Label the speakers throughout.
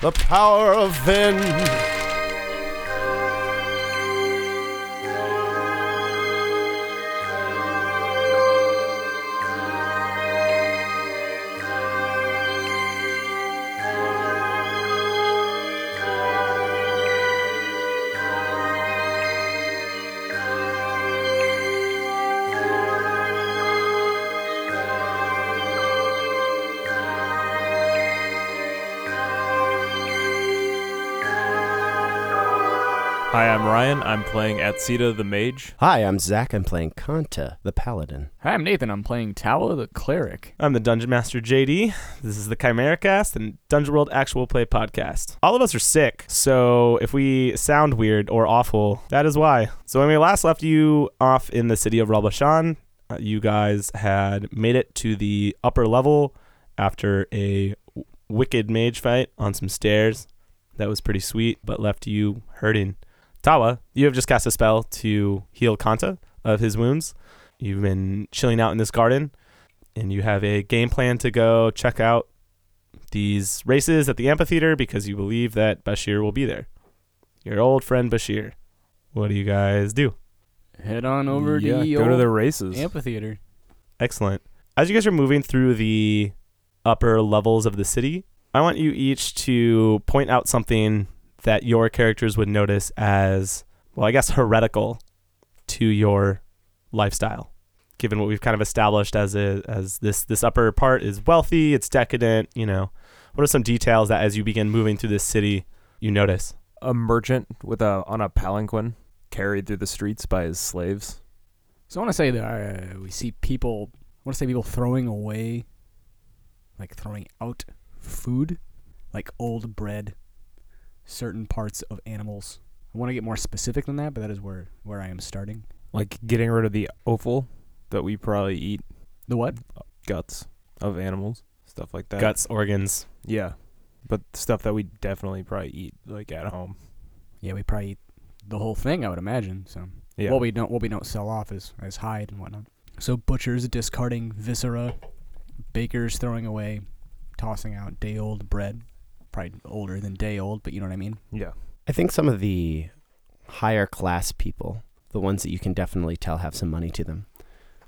Speaker 1: the power of Vin.
Speaker 2: Hi, I'm Ryan. I'm playing Atsita the Mage.
Speaker 3: Hi, I'm Zach. I'm playing Kanta, the paladin.
Speaker 4: Hi, I'm Nathan. I'm playing Tala the Cleric.
Speaker 5: I'm the Dungeon Master JD. This is the Chimera Cast and Dungeon World Actual Play Podcast. All of us are sick, so if we sound weird or awful, that is why. So when we last left you off in the city of Rabashan, uh, you guys had made it to the upper level after a w- wicked mage fight on some stairs. That was pretty sweet, but left you hurting. Tawa, you have just cast a spell to heal Kanta of his wounds. You've been chilling out in this garden and you have a game plan to go check out these races at the amphitheater because you believe that Bashir will be there. Your old friend Bashir. What do you guys do?
Speaker 4: Head on over
Speaker 2: yeah,
Speaker 4: to the
Speaker 2: go to
Speaker 4: old
Speaker 2: the races.
Speaker 4: amphitheater.
Speaker 5: Excellent. As you guys are moving through the upper levels of the city, I want you each to point out something that your characters would notice as, well, I guess, heretical to your lifestyle. Given what we've kind of established as a, as this this upper part is wealthy, it's decadent. You know, what are some details that as you begin moving through this city, you notice?
Speaker 2: A merchant with a on a palanquin carried through the streets by his slaves.
Speaker 4: So I want to say that uh, we see people. I want to say people throwing away, like throwing out food, like old bread, certain parts of animals. I want to get more specific than that, but that is where where I am starting.
Speaker 2: Like getting rid of the offal that we probably eat,
Speaker 4: The what?
Speaker 2: guts of animals, stuff like that.
Speaker 5: Guts, organs.
Speaker 2: Yeah. But stuff that we definitely probably eat like at home.
Speaker 4: Yeah, we probably eat the whole thing. I would imagine. So
Speaker 2: Yeah.
Speaker 4: what we don't what we don't sell off is is hide and whatnot. So butchers discarding viscera, bakers throwing away, tossing out day old bread, probably older than day old, but you know what I mean.
Speaker 2: yeah.
Speaker 3: I think some of the higher class people, the ones that you can definitely tell have some money to them,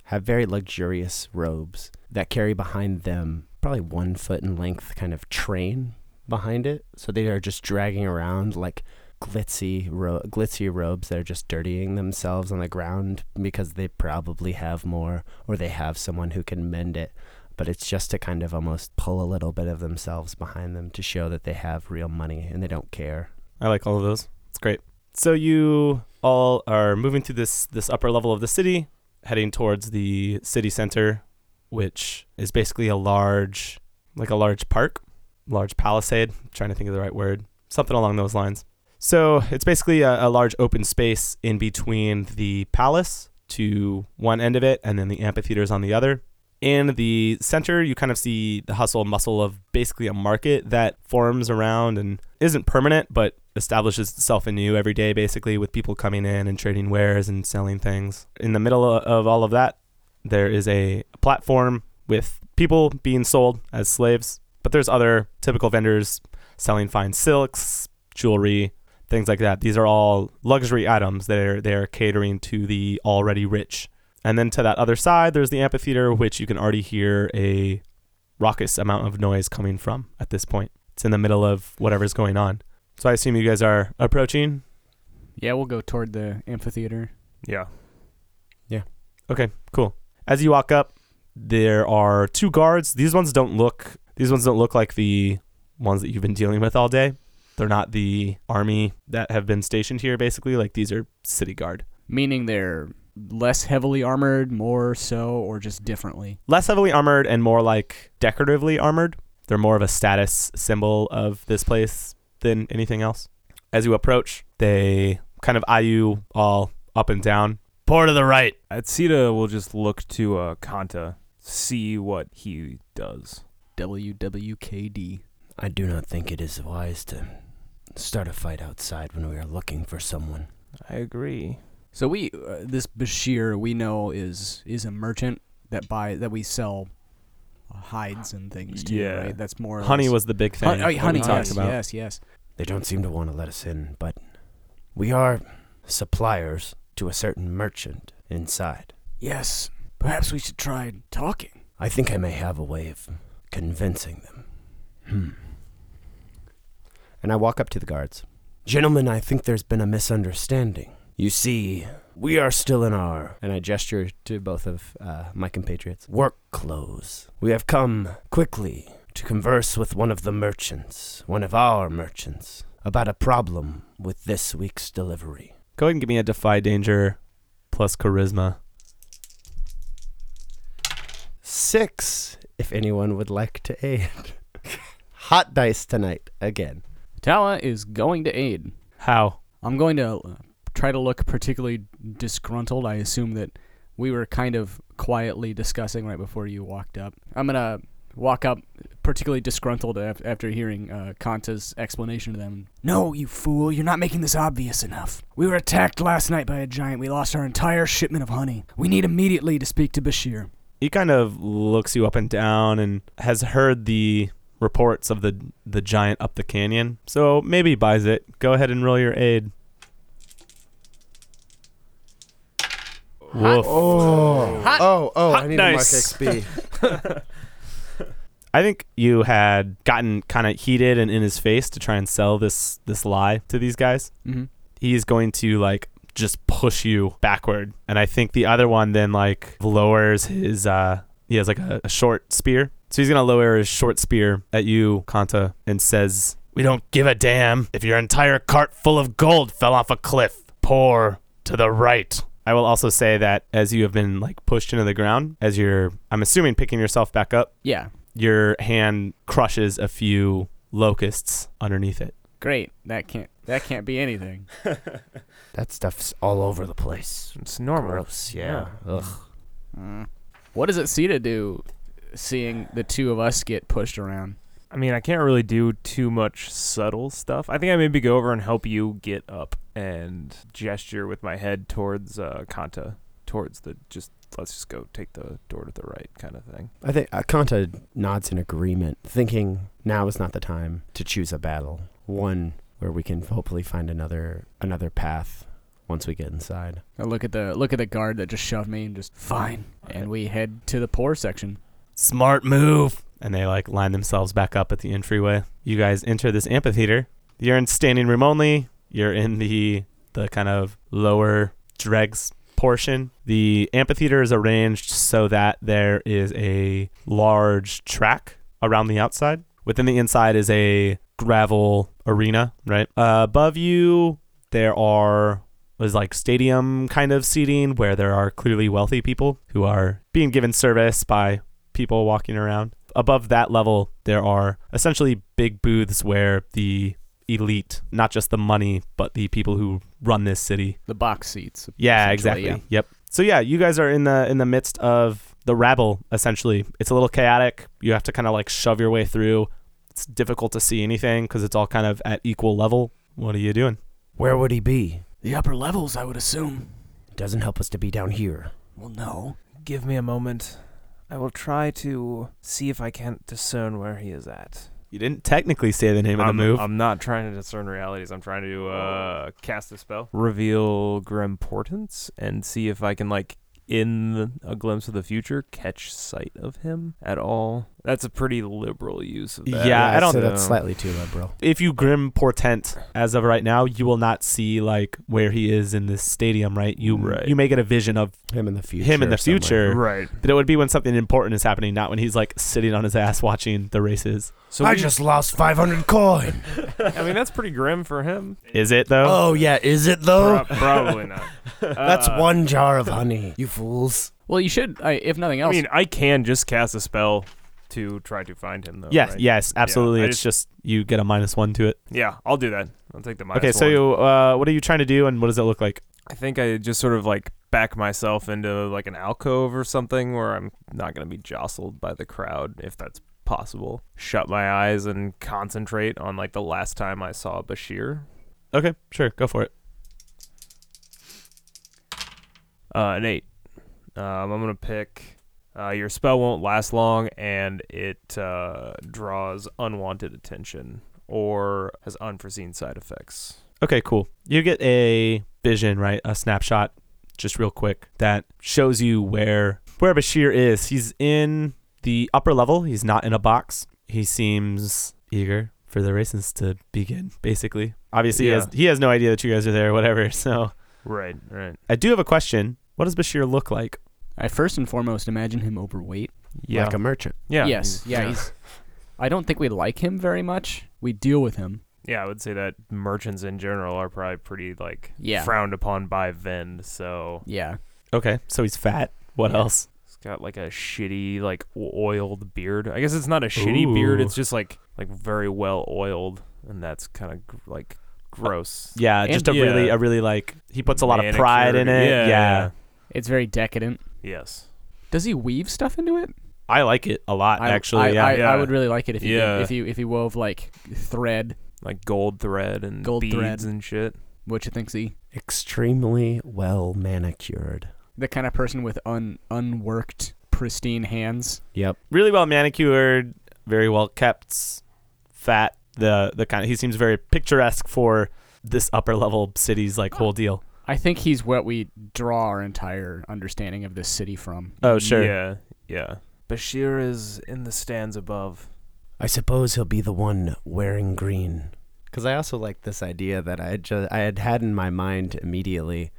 Speaker 3: have very luxurious robes that carry behind them probably one foot in length kind of train behind it. So they are just dragging around like glitzy, ro- glitzy robes that are just dirtying themselves on the ground because they probably have more or they have someone who can mend it. But it's just to kind of almost pull a little bit of themselves behind them to show that they have real money and they don't care.
Speaker 5: I like all of those. It's great. So you all are moving through this this upper level of the city, heading towards the city center, which is basically a large like a large park, large palisade, trying to think of the right word, something along those lines. So it's basically a, a large open space in between the palace to one end of it and then the amphitheaters on the other. In the center, you kind of see the hustle and muscle of basically a market that forms around and isn't permanent, but establishes itself anew every day, basically, with people coming in and trading wares and selling things. In the middle o- of all of that, there is a platform with people being sold as slaves, but there's other typical vendors selling fine silks, jewelry, things like that. These are all luxury items that are, they are catering to the already rich. And then to that other side, there's the amphitheater, which you can already hear a raucous amount of noise coming from at this point. It's in the middle of whatever's going on. So I assume you guys are approaching.
Speaker 4: Yeah, we'll go toward the amphitheater.
Speaker 2: Yeah.
Speaker 5: Okay, cool. As you walk up, there are two guards. These ones don't look these ones don't look like the ones that you've been dealing with all day. They're not the army that have been stationed here basically. Like these are city guard.
Speaker 4: Meaning they're less heavily armored, more so, or just differently.
Speaker 5: Less heavily armored and more like decoratively armored. They're more of a status symbol of this place than anything else. As you approach, they kind of eye you all up and down. Pour to the right.
Speaker 2: Atsita will just look to uh, Kanta, see what he does.
Speaker 4: WWKD.
Speaker 3: I do not think it is wise to start a fight outside when we are looking for someone.
Speaker 2: I agree.
Speaker 4: So we, uh, this Bashir, we know is is a merchant that buy that we sell hides and things too,
Speaker 2: Yeah.
Speaker 4: right? That's more or
Speaker 5: honey
Speaker 4: less-
Speaker 5: was the big thing.
Speaker 4: Hun- oh,
Speaker 5: that we
Speaker 4: yeah, honey
Speaker 5: talked
Speaker 4: yes,
Speaker 5: about.
Speaker 4: yes, yes.
Speaker 3: They don't seem to want to let us in, but we are suppliers to a certain merchant inside.
Speaker 4: Yes. Perhaps we should try talking.
Speaker 3: I think I may have a way of convincing them. Hmm. And I walk up to the guards. Gentlemen, I think there's been a misunderstanding. You see, we are still in our. And I gesture to both of uh, my compatriots. Work clothes. We have come quickly to converse with one of the merchants, one of our merchants, about a problem with this week's delivery.
Speaker 5: Go ahead and give me a defy danger plus charisma.
Speaker 3: Six, if anyone would like to aid. Hot dice tonight, again.
Speaker 4: Tala is going to aid.
Speaker 5: How?
Speaker 4: I'm going to uh, try to look particularly disgruntled. I assume that we were kind of quietly discussing right before you walked up. I'm going to walk up particularly disgruntled af- after hearing uh, Kanta's explanation to them. No, you fool, you're not making this obvious enough. We were attacked last night by a giant. We lost our entire shipment of honey. We need immediately to speak to Bashir.
Speaker 5: He kind of looks you up and down and has heard the reports of the the giant up the canyon. So maybe he buys it. Go ahead and roll your aid. Woof.
Speaker 3: Oh,
Speaker 4: Hot-
Speaker 3: oh, oh!
Speaker 5: hot
Speaker 3: I need
Speaker 5: dice.
Speaker 3: to mark XP.
Speaker 5: I think you had gotten kind of heated and in his face to try and sell this this lie to these guys.
Speaker 4: Mm-hmm.
Speaker 5: He's going to like just push you backward, and I think the other one then like lowers his. uh He has like a, a short spear, so he's gonna lower his short spear at you, Kanta, and says, "We don't give a damn if your entire cart full of gold fell off a cliff. Pour to the right." I will also say that as you have been like pushed into the ground, as you're, I'm assuming picking yourself back up,
Speaker 4: Yeah,
Speaker 5: your hand crushes a few locusts underneath it.
Speaker 4: great. That can't that can't be anything.
Speaker 3: that stuff's all over the place.
Speaker 2: It's normal.
Speaker 3: Gross. Yeah. Ugh.
Speaker 4: Mm. What does it see to do seeing the two of us get pushed around?
Speaker 2: I mean, I can't really do too much subtle stuff. I think I maybe go over and help you get up and gesture with my head towards uh, Kanta, towards the just let's just go take the door to the right kind of thing.
Speaker 3: I think uh, Kanta nods in agreement, thinking now is not the time to choose a battle. One where we can hopefully find another another path once we get inside.
Speaker 4: I look at the look at the guard that just shoved me and just fine. And we head to the poor section.
Speaker 5: Smart move. And they like line themselves back up at the entryway. You guys enter this amphitheater. You're in standing room only. You're in the the kind of lower dregs portion. The amphitheater is arranged so that there is a large track around the outside. Within the inside is a gravel arena, right? Uh, above you there are was like stadium kind of seating where there are clearly wealthy people who are being given service by people walking around. Above that level, there are essentially big booths where the elite, not just the money, but the people who run this city.
Speaker 4: The box seats.
Speaker 5: Yeah,
Speaker 4: essentially,
Speaker 5: exactly. Yep. So yeah, you guys are in the in the midst of the rabble essentially. It's a little chaotic. You have to kind of like shove your way through. It's difficult to see anything cuz it's all kind of at equal level. What are you doing?
Speaker 3: Where would he be?
Speaker 4: The upper levels, I would assume.
Speaker 3: Doesn't help us to be down here.
Speaker 4: Well, no.
Speaker 2: Give me a moment. I will try to see if I can't discern where he is at.
Speaker 5: You didn't technically say the name of
Speaker 2: I'm,
Speaker 5: the move.
Speaker 2: I'm not trying to discern realities. I'm trying to uh, cast a spell, reveal grimportance, and see if I can like in a glimpse of the future catch sight of him at all. That's a pretty liberal use of that.
Speaker 5: Yeah, I don't
Speaker 3: so Uh, That's
Speaker 2: know.
Speaker 3: slightly too liberal.
Speaker 5: if you grim portent as of right now, you will not see like where he is in this stadium, right? You
Speaker 2: Right.
Speaker 5: you may get a vision of
Speaker 3: Him in the future.
Speaker 5: him in the
Speaker 3: somewhere.
Speaker 5: future.
Speaker 2: Right.
Speaker 5: That it would be when something important is happening, not when he's like sitting on his ass watching the races.
Speaker 2: So
Speaker 3: I
Speaker 2: we-
Speaker 3: just lost 500 coin.
Speaker 2: I mean, that's pretty grim for him.
Speaker 5: Is it though?
Speaker 3: Oh yeah, is it though?
Speaker 2: Pro- probably not.
Speaker 3: That's
Speaker 2: Uh,
Speaker 3: one jar of honey. You fools.
Speaker 4: Well, you should, I, if nothing
Speaker 2: I
Speaker 4: else.
Speaker 2: mean, I can just cast a spell to try to find him, though.
Speaker 5: yes,
Speaker 2: right?
Speaker 5: yes, absolutely.
Speaker 2: I
Speaker 5: it's just you get a minus one to it.
Speaker 2: Yeah, I'll do that. I'll take the minus
Speaker 5: okay, so
Speaker 2: one.
Speaker 5: you, uh, what are you trying to do, and what does it look like?
Speaker 2: I think I just sort of like back myself into like an alcove or something where I'm not going to be jostled by the crowd if that's possible. Shut my eyes and concentrate on like the last time I saw Bashir.
Speaker 5: Okay, sure, go for it.
Speaker 2: Uh, an eight. Um, I'm going to pick Uh, your spell won't last long, and it uh, draws unwanted attention or has unforeseen side effects.
Speaker 5: Okay, cool. You get a vision, right? A snapshot, just real quick, that shows you where where Bashir is. He's in the upper level. He's not in a box. He seems eager for the races to begin. Basically, obviously, he has he has no idea that you guys are there. Whatever. So,
Speaker 2: Right, right.
Speaker 5: I do have a question. What does Bashir look like?
Speaker 4: I first and foremost imagine him overweight.
Speaker 3: like a merchant.
Speaker 2: yeah.
Speaker 4: Yes.
Speaker 3: Mm.
Speaker 4: Yeah. He's. I don't think we like him very much. We deal with him.
Speaker 2: Yeah, I would say that merchants in general are probably pretty like
Speaker 4: Yeah.
Speaker 2: frowned upon by Vend. So
Speaker 4: Yeah.
Speaker 5: Okay, so he's fat. What
Speaker 4: Yeah.
Speaker 5: else?
Speaker 2: it's got like a shitty like o- oiled beard. I guess it's not a shitty beard.
Speaker 5: Ooh.
Speaker 2: It's just like like very well oiled, and that's kind of gr- like gross.
Speaker 5: Yeah,
Speaker 4: And-
Speaker 5: just a really
Speaker 2: Yeah.
Speaker 5: a really like he puts a lot of pride in it.
Speaker 2: Manicured.
Speaker 5: Yeah.
Speaker 2: Yeah.
Speaker 4: It's very decadent.
Speaker 2: Yes.
Speaker 4: Does he weave stuff into it?
Speaker 5: I like it a lot
Speaker 4: I,
Speaker 5: actually.
Speaker 4: I,
Speaker 5: yeah.
Speaker 4: I, I
Speaker 2: Yeah.
Speaker 4: would really like it if he did-
Speaker 2: Yeah.
Speaker 4: if he if he wove like thread,
Speaker 2: Like gold thread and
Speaker 4: Gold
Speaker 2: beads
Speaker 4: thread.
Speaker 2: and shit.
Speaker 4: which I think's he
Speaker 3: Extremely well manicured.
Speaker 4: the kind of person with un unworked pristine hands.
Speaker 3: Yep.
Speaker 5: really well manicured, very well kept, fat. The the kind of he seems very picturesque for this upper level city's like whole deal.
Speaker 4: I think he's what we draw our entire understanding of this city from.
Speaker 5: Oh sure,
Speaker 2: Yeah. Yeah. Bashir is in the stands above.
Speaker 3: I suppose he'll be the one wearing green. Because I also like this idea that I just I had had in my mind immediately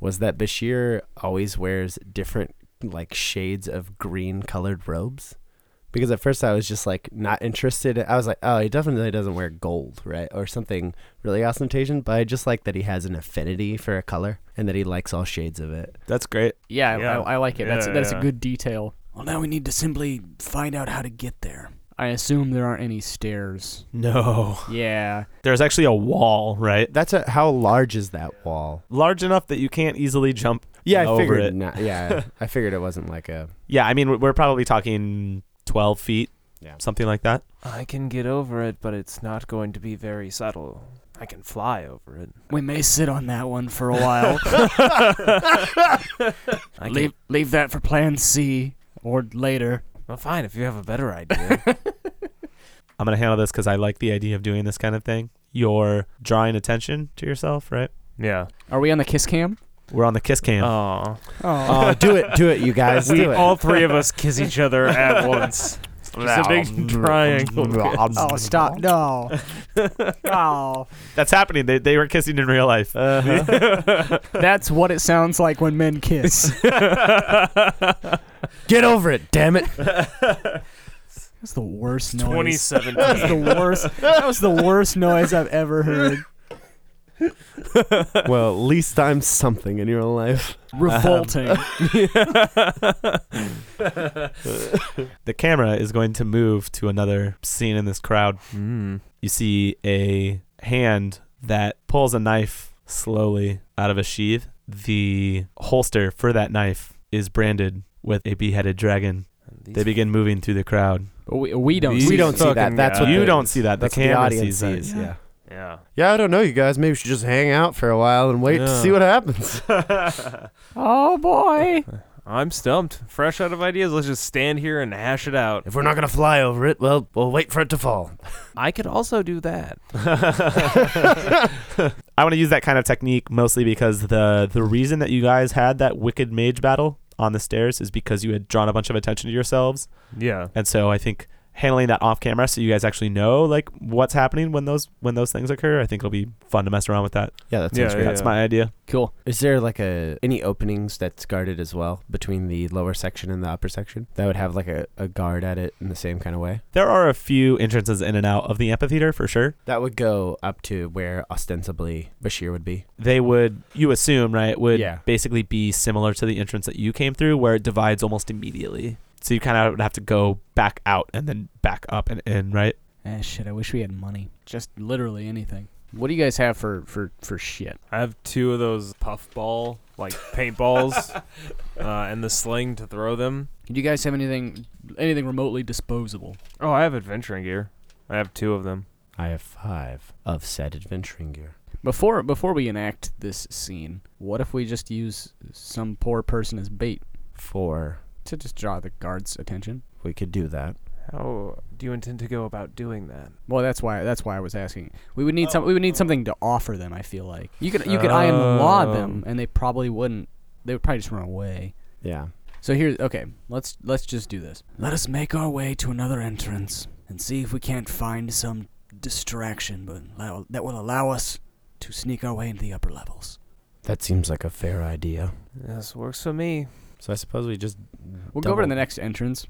Speaker 3: was that Bashir always wears different like shades of green colored robes. Because at first I was just like not interested. I was like, oh, he definitely doesn't wear gold, right, or something really ostentatious. But I just like that he has an affinity for a color and that he likes all shades of it.
Speaker 5: that's great.
Speaker 4: Yeah,
Speaker 2: Yeah.
Speaker 4: I, I like it. that's
Speaker 2: Yeah,
Speaker 4: that's a
Speaker 2: yeah.
Speaker 4: good detail. Well, now we need to simply find out how to get there. I assume there aren't any stairs.
Speaker 5: No,
Speaker 4: Yeah,
Speaker 5: there's actually a wall, right?
Speaker 3: That's a, how large is that wall?
Speaker 5: Large enough that you can't easily jump.
Speaker 3: Yeah, I
Speaker 5: over
Speaker 3: figured.
Speaker 5: it.
Speaker 3: Not, yeah, I figured it wasn't like a
Speaker 5: Yeah, I mean we're- we're probably talking twelve feet,
Speaker 3: yeah.
Speaker 5: something like that.
Speaker 2: I can get over it, but it's not going to be very subtle. I can fly over it.
Speaker 4: we may sit on that one for a while.
Speaker 2: I can
Speaker 4: leave leave that for Plan C or later.
Speaker 2: Well, fine if you have a better idea.
Speaker 5: I'm gonna handle this because I like the idea of doing this kind of thing. You're drawing attention to yourself, right?
Speaker 2: yeah.
Speaker 4: Are we on the kiss cam?
Speaker 5: We're on the kiss cam.
Speaker 2: Aw.
Speaker 4: Oh,
Speaker 3: Oh, do it, do it, you guys,
Speaker 2: we
Speaker 3: do it.
Speaker 2: all three of us kiss each other at once. It's a big triangle. kiss.
Speaker 4: oh, stop! No, oh,
Speaker 5: That's happening. They, they were kissing in real life.
Speaker 2: Mm-hmm.
Speaker 4: that's what it sounds like when men kiss.
Speaker 3: Get over it, damn it.
Speaker 4: That's the worst noise.
Speaker 2: 2017.
Speaker 4: That's the worst. That was the worst noise I've ever heard.
Speaker 3: well, at least I'm something in your life.
Speaker 4: Revolting.
Speaker 5: the camera is going to move to another scene in this crowd.
Speaker 2: Mm.
Speaker 5: You see a hand that pulls a knife slowly out of a sheath. The holster for that knife is branded with a beheaded dragon. They begin moving through the crowd.
Speaker 4: we, we don't.
Speaker 2: These
Speaker 4: see
Speaker 3: we don't
Speaker 4: it.
Speaker 3: see that.
Speaker 2: fucking
Speaker 3: Uh, That's what
Speaker 2: guys.
Speaker 5: you
Speaker 3: the-
Speaker 5: don't see that. The
Speaker 3: that's what
Speaker 5: camera
Speaker 3: audience
Speaker 5: sees that.
Speaker 3: sees, Yeah.
Speaker 2: Yeah.
Speaker 3: yeah, I don't know, you guys. Maybe we should just hang out for a while and wait to
Speaker 2: Yeah.
Speaker 3: see what happens.
Speaker 4: Oh boy.
Speaker 2: I'm stumped. Fresh out of ideas. Let's just stand here and hash it out.
Speaker 3: If we're not gonna fly over it, well, we'll wait for it to fall.
Speaker 2: I could also do that.
Speaker 5: I want to use that kind of technique mostly because the the reason that you guys had that wicked mage battle on the stairs is because you had drawn a bunch of attention to yourselves.
Speaker 2: Yeah.
Speaker 5: And so I think handling that off camera so you guys actually know like what's happening when those when those things occur, I think it'll be fun to mess around with that.
Speaker 3: Yeah, that's
Speaker 2: Yeah, yeah.
Speaker 5: That's my idea.
Speaker 4: Cool.
Speaker 3: Is there like a any openings that's guarded as well between the lower section and the upper section that would have like a, a guard at it in the same kind of way?
Speaker 5: There are a few entrances in and out of the amphitheater for sure.
Speaker 3: That would go up to where ostensibly Bashir would be.
Speaker 5: They would you assume, right, would
Speaker 3: Yeah.
Speaker 5: basically be similar to the entrance that you came through where it divides almost immediately. So you kind of would have to go back out and then back up and in, right?
Speaker 4: Ah, shit. I wish we had money. Just literally anything. What do you guys have for for for shit?
Speaker 2: I have two of those puffball, like paintballs, uh, and the sling to throw them.
Speaker 4: Do you guys have anything anything remotely disposable?
Speaker 2: Oh, I have adventuring gear. I have two of them.
Speaker 3: I have five of said adventuring gear.
Speaker 4: Before before we enact this scene, what if we just use some poor person as bait?
Speaker 3: for
Speaker 4: to just draw the guards' attention.
Speaker 3: We could do that.
Speaker 2: How do you intend to go about doing that?
Speaker 4: Well, that's why that's why I was asking. We would need some.
Speaker 5: Oh,
Speaker 4: We would need
Speaker 5: oh.
Speaker 4: something to offer them. I feel like you could you could I am the law them,
Speaker 2: Um.
Speaker 4: and they probably wouldn't. They would probably just run away.
Speaker 3: Yeah.
Speaker 4: So here, okay, let's let's just do this. Let us make our way to another entrance and see if we can't find some distraction, but allow- that will allow us to sneak our way into the upper levels.
Speaker 3: That seems like a fair idea.
Speaker 2: This works for me.
Speaker 3: So I suppose we just
Speaker 4: We'll go over to
Speaker 3: double-
Speaker 4: the next entrance.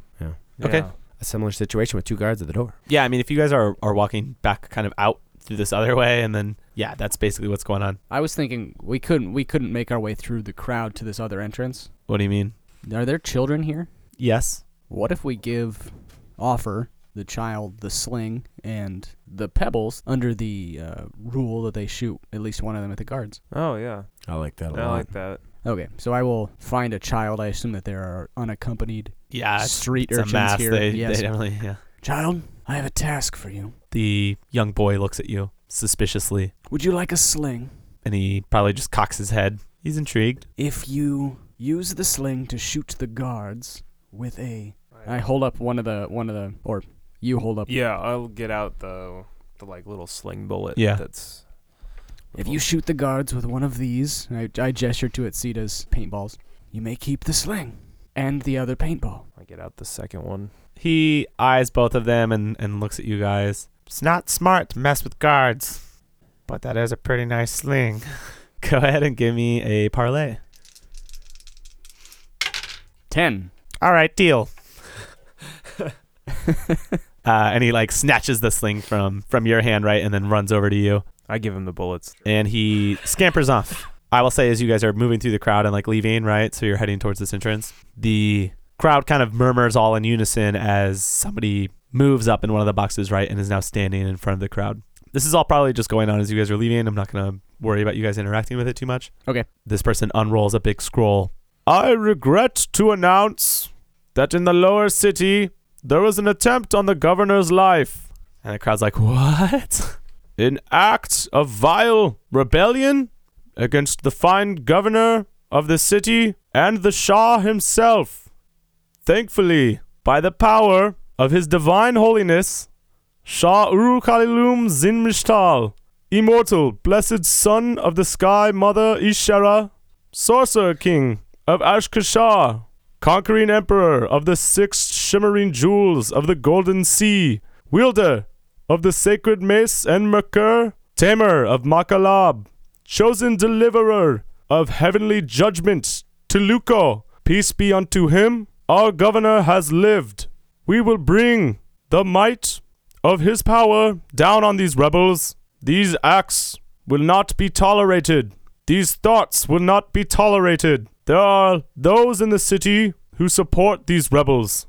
Speaker 5: Okay.
Speaker 2: Yeah.
Speaker 3: a similar situation with two guards at the door.
Speaker 5: Yeah, I mean, if you guys are, are walking back kind of out through this other way, and then, yeah, that's basically what's going on.
Speaker 4: I was thinking we couldn't we couldn't make our way through the crowd to this other entrance.
Speaker 5: What do you mean?
Speaker 4: Are there children here?
Speaker 5: Yes.
Speaker 4: What if we give offer the child the sling and the pebbles under the uh, rule that they shoot at least one of them at the guards?
Speaker 2: Oh yeah.
Speaker 3: I like that a
Speaker 2: I
Speaker 3: lot.
Speaker 2: like that.
Speaker 4: Okay, so I will find a child. I assume that there are unaccompanied
Speaker 5: Yeah, it's,
Speaker 4: street
Speaker 5: it's a
Speaker 4: urchins
Speaker 5: mass.
Speaker 4: here.
Speaker 5: They,
Speaker 4: yes.
Speaker 5: they definitely, yeah.
Speaker 4: Child, I have a task for you.
Speaker 5: The young boy looks at you suspiciously,
Speaker 4: Would you like a sling?
Speaker 5: and he probably just cocks his head. He's intrigued.
Speaker 4: If you use the sling to shoot the guards with a, I hold up one of the one of the, or you hold up.
Speaker 2: Yeah, I'll get out the the like little sling bullet.
Speaker 5: Yeah.
Speaker 2: That's
Speaker 4: If you shoot the guards with one of these, I, I gesture to Itzita's paintballs. You may keep the sling and the other paintball.
Speaker 2: I get out the second one.
Speaker 5: He eyes both of them and, and looks at you guys. It's not smart to mess with guards, but that is a pretty nice sling. Go ahead and give me a parlay.
Speaker 4: Ten.
Speaker 5: All right, deal. uh, and he like snatches the sling from from your hand, right, and then runs over to you,
Speaker 2: I give him the bullets.
Speaker 5: and he scampers off. I will say, as you guys are moving through the crowd and like leaving, right, so you're heading towards this entrance. The crowd kind of murmurs all in unison as somebody moves up in one of the boxes, right, and is now standing in front of the crowd. This is all probably just going on as you guys are leaving. I'm not gonna worry about you guys interacting with it too much.
Speaker 4: Okay.
Speaker 5: This person unrolls a big scroll. I regret to announce that in the lower city there was an attempt on the governor's life. And the crowd's like, What? An act of vile rebellion against the fine governor of the city and the Shah himself. Thankfully, by the power of his divine holiness, Shah Urukhalilum Zinmishtal, immortal, blessed son of the sky mother Ishara, sorcerer king of Ashkashar, conquering emperor of the six shimmering jewels of the golden sea, wielder of the sacred mace and merkur, tamer of Makalab, chosen deliverer of heavenly judgment to Luko, peace be unto him, our governor has lived. We will bring the might of his power down on these rebels. These acts will not be tolerated. These thoughts will not be tolerated. There are those in the city who support these rebels.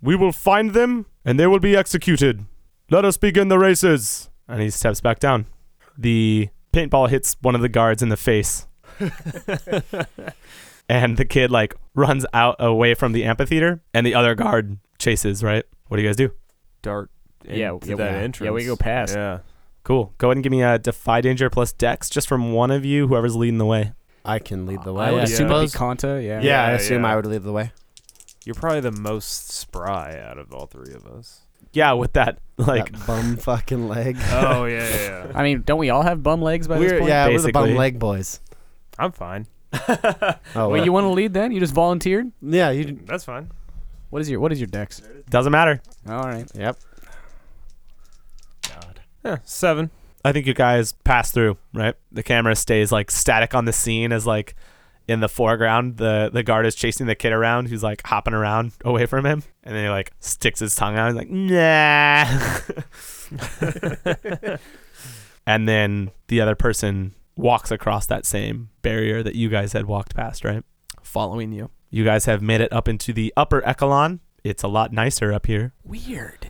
Speaker 5: We will find them and they will be executed. Let us begin the races. And he steps back down. The paintball hits one of the guards in the face. and the kid like runs out away from the amphitheater and the other guard chases, right? What do you guys do?
Speaker 2: Dart.
Speaker 4: Yeah,
Speaker 2: into
Speaker 4: yeah,
Speaker 2: that
Speaker 4: yeah.
Speaker 2: entrance.
Speaker 4: Yeah, we go past.
Speaker 2: Yeah.
Speaker 5: Cool. Go ahead and give me a defy danger plus dex just from one of you, whoever's leading the way.
Speaker 3: I can lead the way.
Speaker 4: I would
Speaker 2: yeah.
Speaker 4: assume it'd be
Speaker 3: Suppose-
Speaker 4: Conta. Yeah.
Speaker 3: yeah,
Speaker 2: Yeah,
Speaker 3: I assume
Speaker 2: yeah.
Speaker 3: I would lead the way.
Speaker 2: You're probably the most spry out of all three of us.
Speaker 5: Yeah, with that like
Speaker 3: that bum fucking leg.
Speaker 2: oh yeah, yeah.
Speaker 4: I mean, don't we all have bum legs by this
Speaker 3: We're,
Speaker 4: point?
Speaker 3: yeah, we're the bum
Speaker 5: Basically.
Speaker 3: leg boys.
Speaker 2: I'm fine.
Speaker 3: Oh,
Speaker 4: Wait,
Speaker 3: well.
Speaker 4: you want to lead then? You just volunteered?
Speaker 3: yeah, you.
Speaker 2: That's fine.
Speaker 4: What is your What is your dex?
Speaker 5: doesn't matter.
Speaker 4: All right.
Speaker 3: Yep.
Speaker 2: Yeah, seven.
Speaker 5: I think you guys pass through, right? The camera stays like static on the scene as like in the foreground the the guard is chasing the kid around who's like hopping around away from him and then he like sticks his tongue out and like nah and then the other person walks across that same barrier that you guys had walked past right following you you guys have made it up into the upper echelon it's a lot nicer up here
Speaker 4: Weird.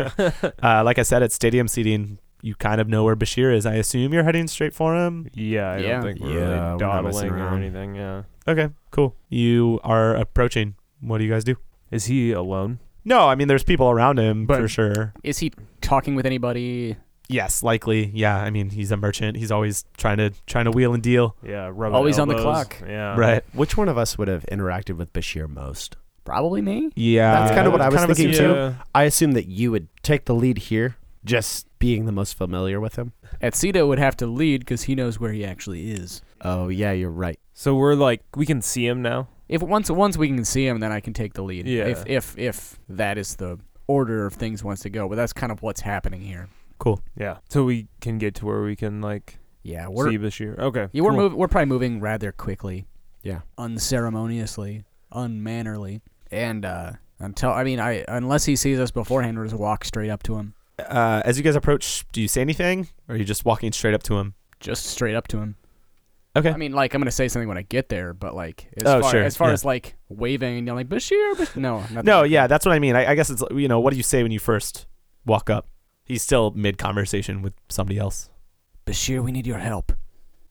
Speaker 5: uh, like I said, at stadium seating, you kind of know where Bashir is. I assume you're heading straight for him.
Speaker 2: Yeah, I
Speaker 4: Yeah.
Speaker 2: don't think we're
Speaker 3: Yeah,
Speaker 2: really
Speaker 3: we're not messing
Speaker 2: dawdling or
Speaker 3: around.
Speaker 2: anything. Yeah.
Speaker 5: Okay, cool. You are approaching. What do you guys do?
Speaker 2: Is he alone?
Speaker 5: No, I mean there's people around him
Speaker 4: But-
Speaker 5: for sure.
Speaker 4: Is he talking with anybody?
Speaker 5: Yes, likely. Yeah, I mean he's a merchant. He's always trying to trying to wheel and deal.
Speaker 2: Yeah, rubbing
Speaker 4: Always on the
Speaker 2: elbows.
Speaker 4: clock.
Speaker 2: Yeah.
Speaker 5: right.
Speaker 3: Which one of us would have interacted with Bashir most?
Speaker 4: Probably me.
Speaker 2: Yeah,
Speaker 3: That's kinda what I was
Speaker 2: kinda
Speaker 3: thinking, too.
Speaker 2: yeah.
Speaker 3: I assume that you would take the lead here, just being the most familiar with him.
Speaker 4: Etsuda would have to lead because he knows where he actually is.
Speaker 3: Oh yeah, you're right.
Speaker 2: So we're like, we can see him now.
Speaker 4: If once once we can see him, then I can take the lead.
Speaker 2: Yeah.
Speaker 4: If if if that is the order of things wants to go, but that's kind of what's happening here.
Speaker 2: Yeah, so we can get to where we can like
Speaker 4: Yeah, we're
Speaker 2: see Bashir. Okay,
Speaker 4: yeah, we're
Speaker 2: cool.
Speaker 4: mov- we're probably moving rather quickly.
Speaker 3: Yeah.
Speaker 4: unceremoniously, unmannerly, and uh, until I mean, I unless he sees us beforehand, we will just walk straight up to him,
Speaker 5: Uh, as you guys approach, do you say anything, or are you just walking straight up to him?
Speaker 4: just straight up to him.
Speaker 5: Okay.
Speaker 4: I mean, like I'm gonna say something when I get there, but like as
Speaker 5: Oh,
Speaker 4: far
Speaker 5: sure,
Speaker 4: as far
Speaker 5: yeah.
Speaker 4: as like waving and yelling, Bashir, Bash-" no, nothing
Speaker 5: No,
Speaker 4: like
Speaker 5: yeah,
Speaker 4: that.
Speaker 5: that's what I mean. I, I guess it's you know, what do you say when you first walk up? He's still mid conversation with somebody else.
Speaker 4: Bashir, we need your help.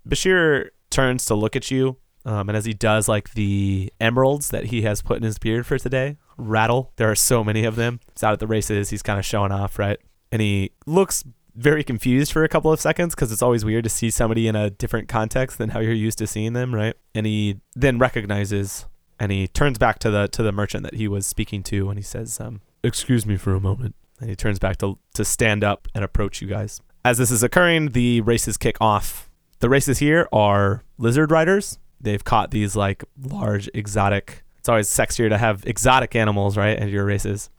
Speaker 5: Bashir turns to look at you, um, and as he does, like the emeralds that he has put in his beard for today rattle. There are so many of them. He's out at the races. He's kind of showing off, right? And he looks very confused for a couple of seconds because it's always weird to see somebody in a different context than how you're used to seeing them, right? And he then recognizes and he turns back to the to the merchant that he was speaking to, and he says, um, "Excuse me for a moment." And he turns back to to stand up and approach you guys. As this is occurring, the races kick off the races here are lizard riders. They've caught these like large exotic. It's always sexier to have exotic animals, right, at your races.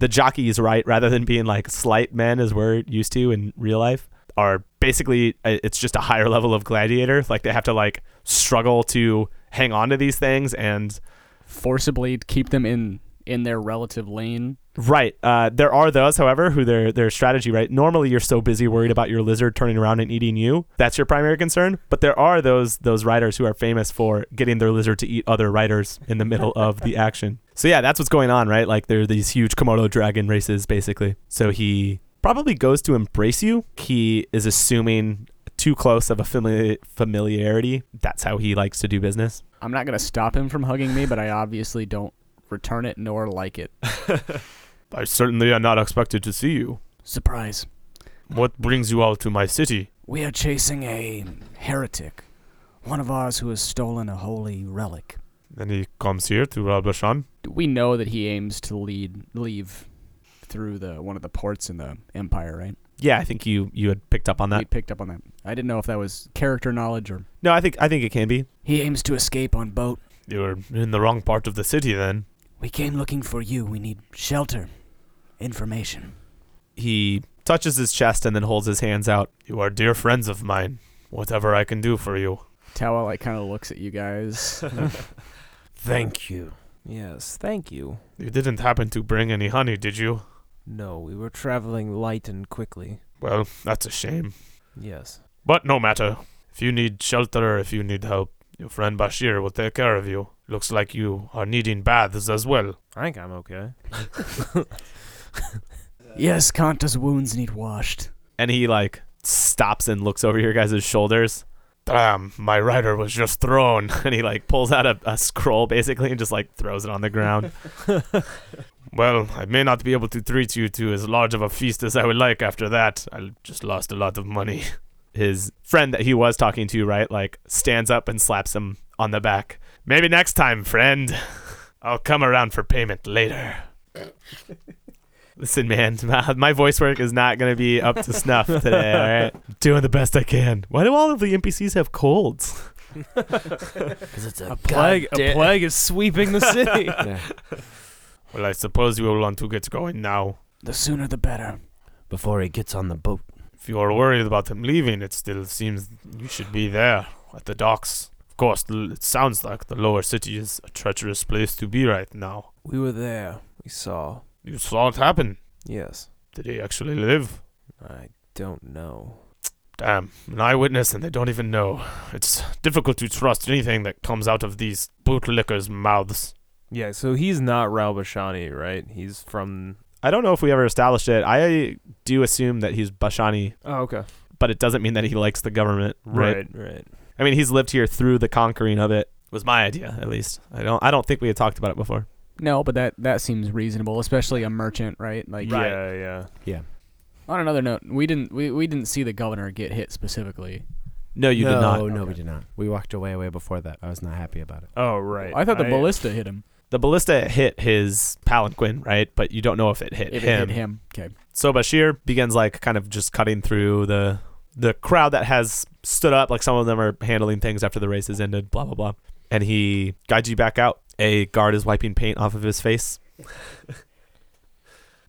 Speaker 5: The jockeys, right, rather than being like slight men as we're used to in real life, are basically uh, it's just a higher level of gladiator. Like they have to like struggle to hang on to these things and
Speaker 4: Forcibly keep them in in their relative lane.
Speaker 5: Right. Uh, there are those, however, who their their strategy. Right. Normally, you're so busy worried about your lizard turning around and eating you. That's your primary concern. But there are those those riders who are famous for getting their lizard to eat other riders in the middle of the action. So yeah, that's what's going on, right? Like there are these huge Komodo dragon races, basically. So he probably goes to embrace you. He is assuming too close of a famili- familiarity. That's how he likes to do business.
Speaker 4: I'm not gonna stop him from hugging me, but I obviously don't return it nor like it.
Speaker 5: I certainly am not expected to see you.
Speaker 4: Surprise.
Speaker 5: What brings you all to my city?
Speaker 4: We are chasing a heretic, one of ours who has stolen a holy relic.
Speaker 5: Then he comes here to Rabashan.
Speaker 4: We know that he aims to lead leave through the one of the ports in the empire, right?
Speaker 5: Yeah, I think you you had picked up on
Speaker 4: we
Speaker 5: that.
Speaker 4: picked up on that. I didn't know if that was character knowledge or
Speaker 5: No, I think I think it can be.
Speaker 4: he aims to escape on boat.
Speaker 5: You were in the wrong part of the city then.
Speaker 4: We came looking for you. We need shelter, information.
Speaker 5: He touches his chest and then holds his hands out. You are dear friends of mine. Whatever I can do for you.
Speaker 4: Tawa like kind of looks at you guys.
Speaker 3: Thank you.
Speaker 2: Yes, thank you.
Speaker 5: You didn't happen to bring any honey, did you?
Speaker 2: No, we were traveling light and quickly.
Speaker 5: Well, that's a shame.
Speaker 2: Yes.
Speaker 5: But no matter. If you need shelter, if you need help, your friend Bashir will take care of you. Looks like you are needing baths as well.
Speaker 2: I think I'm okay.
Speaker 4: yes, Kanta's wounds need washed.
Speaker 5: and he like stops and looks over your guys' shoulders. Damn, my rider was just thrown. And he like pulls out a, a scroll basically and just like throws it on the ground. well, I may not be able to treat you to as large of a feast as I would like after that. I just lost a lot of money. His friend that he was talking to, right, like stands up and slaps him on the back. Maybe next time, friend. I'll come around for payment later. Listen, man, my, my voice work is not going to be up to snuff today. All right, doing the best I can. Why do all of the NPCs have colds?
Speaker 2: A plague, a plague is sweeping the city.
Speaker 3: Yeah.
Speaker 5: Well, I suppose you will want to get going now.
Speaker 4: The sooner the better.
Speaker 3: Before he gets on the boat.
Speaker 5: If you are worried about him leaving, it still seems you should be there at the docks. Of course, l- it sounds like the lower city is a treacherous place to be right now.
Speaker 2: we were there. We saw.
Speaker 5: You saw it happen.
Speaker 2: Yes.
Speaker 5: Did he actually live?
Speaker 2: I don't know.
Speaker 5: Damn, an eyewitness, and they don't even know. It's difficult to trust anything that comes out of these bootlickers' mouths.
Speaker 2: Yeah, so he's not Ralbashani, right? He's from.
Speaker 5: I don't know if we ever established it. I do assume that he's Bashani,
Speaker 2: Oh, okay.
Speaker 5: but it doesn't mean that he likes the government, right?
Speaker 2: Right, right.
Speaker 5: I mean, he's lived here through the conquering of it. Was my idea, at least. I don't. I don't think we had talked about it before.
Speaker 4: No, but that that seems reasonable, especially a merchant, right? Like
Speaker 5: Right.
Speaker 2: Yeah, yeah.
Speaker 4: On another note, we didn't we, we didn't see the governor get hit specifically.
Speaker 5: No, you
Speaker 3: no,
Speaker 5: did not.
Speaker 3: No,
Speaker 2: Okay.
Speaker 3: we did not. We walked away way before that. I was not happy about it.
Speaker 2: Oh, right.
Speaker 4: I thought the ballista hit him.
Speaker 5: The ballista hit his palanquin, right? But you don't know if it hit
Speaker 4: If
Speaker 5: him.
Speaker 4: it hit him, okay.
Speaker 5: So Bashir begins like kind of just cutting through the the crowd that has stood up. Like some of them are handling things after the race has ended. Blah blah blah. And he guides you back out. A guard is wiping paint off of his face.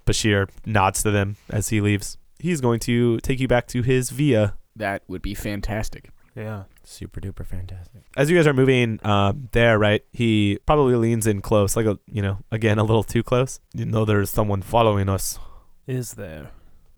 Speaker 5: Bashir nods to them as he leaves. He's going to take you back to his via.
Speaker 4: That would be fantastic.
Speaker 2: Yeah.
Speaker 3: Super duper fantastic.
Speaker 5: as you guys are moving um, there, right? He probably leans in close, like a you know, again a little too close. You know, there's someone following us.
Speaker 2: Is there?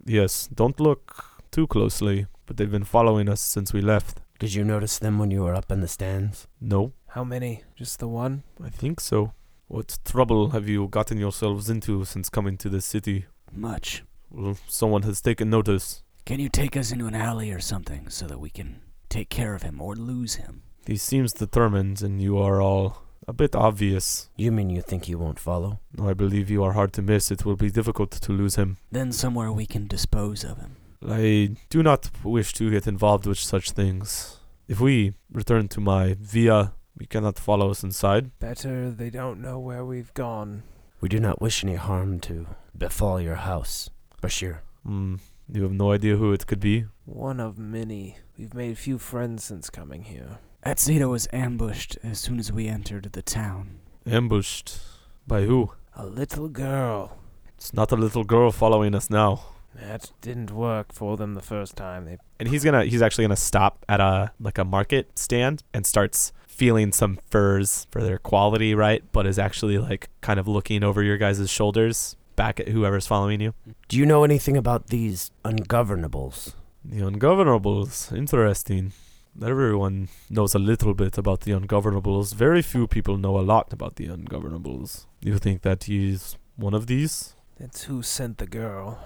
Speaker 5: Yes, don't look too closely, but they've been following us since we left.
Speaker 3: Did you notice them when you were up in the stands?
Speaker 5: No,
Speaker 2: How many? Just the one?
Speaker 5: I think so. What trouble have you gotten yourselves into since coming to the city?
Speaker 4: Much.
Speaker 5: Well, someone has taken notice.
Speaker 4: Can you take us into an alley or something so that we can take care of him or lose him?
Speaker 5: He seems determined, and you are all a bit obvious.
Speaker 3: You mean you think you won't follow?
Speaker 5: I believe you are hard to miss. It will be difficult to lose him.
Speaker 4: Then somewhere we can dispose of him.
Speaker 5: I do not wish to get involved with such things. If we return to my via, we cannot follow us inside.
Speaker 2: Better they don't know where we've gone.
Speaker 3: We do not wish any harm to befall your house, Bashir.
Speaker 5: Mm, you have no idea who it could be.
Speaker 2: One of many. We've made few friends since coming here.
Speaker 4: Atsito was ambushed as soon as we entered the town.
Speaker 5: Ambushed. By who?
Speaker 2: A little girl.
Speaker 5: It's not a little girl following us now.
Speaker 2: That didn't work for them the first time. They
Speaker 5: And he's gonna he's actually gonna stop at a like a market stand and starts feeling some furs for their quality, right? But is actually like kind of looking over your guys' shoulders back at whoever's following you.
Speaker 3: Do you know anything about these ungovernables?
Speaker 5: The Ungovernables. Interesting. Everyone knows a little bit about the Ungovernables. Very few people know a lot about the Ungovernables. You think that he's one of these?
Speaker 2: That's who sent the girl.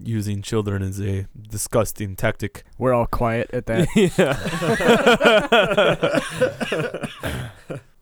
Speaker 5: Using children is a disgusting tactic.
Speaker 4: We're all quiet at that.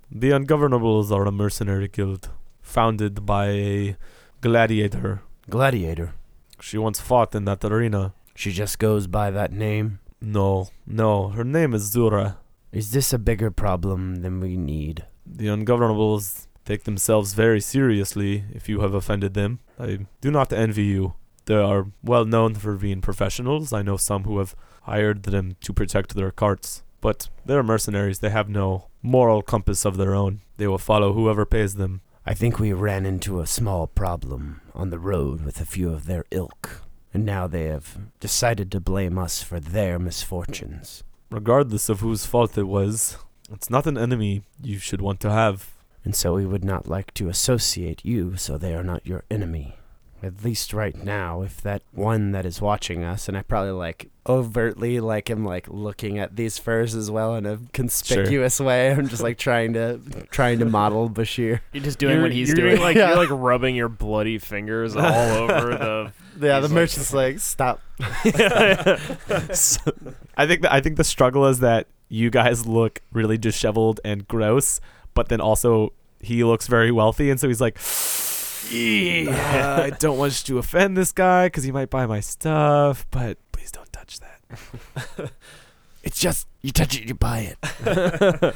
Speaker 5: The Ungovernables are a mercenary guild founded by a gladiator.
Speaker 3: Gladiator.
Speaker 5: She once fought in that arena.
Speaker 3: She just goes by that name.
Speaker 5: No, no, her name is Zura.
Speaker 3: Is this a bigger problem than we need?
Speaker 5: The ungovernables take themselves very seriously if you have offended them. I do not envy you. They are well known for being professionals. I know some who have hired them to protect their carts. But they're mercenaries. They have no moral compass of their own. They will follow whoever pays them.
Speaker 3: I think we ran into a small problem on the road with a few of their ilk, and now they have decided to blame us for their misfortunes.
Speaker 5: Regardless of whose fault it was, it's not an enemy you should want to have.
Speaker 3: And so we would not like to associate you so they are not your enemy. At least right now, if that one that is watching us, and I probably like overtly like am like looking at these furs as well in a conspicuous way. I'm just like trying to trying to model Bashir.
Speaker 4: You're just
Speaker 2: you're, you're Like,
Speaker 3: Yeah.
Speaker 2: You're like rubbing your bloody fingers all over the.
Speaker 3: Yeah, the
Speaker 2: He's like-
Speaker 3: merchant's like, stop.
Speaker 5: I think the, I think the struggle is that you guys look really disheveled and gross, but then also he looks very wealthy, and so he's like, "Yeah, I don't want you to offend this guy because he might buy my stuff, but please don't touch that."
Speaker 3: It's just you touch it, you buy it.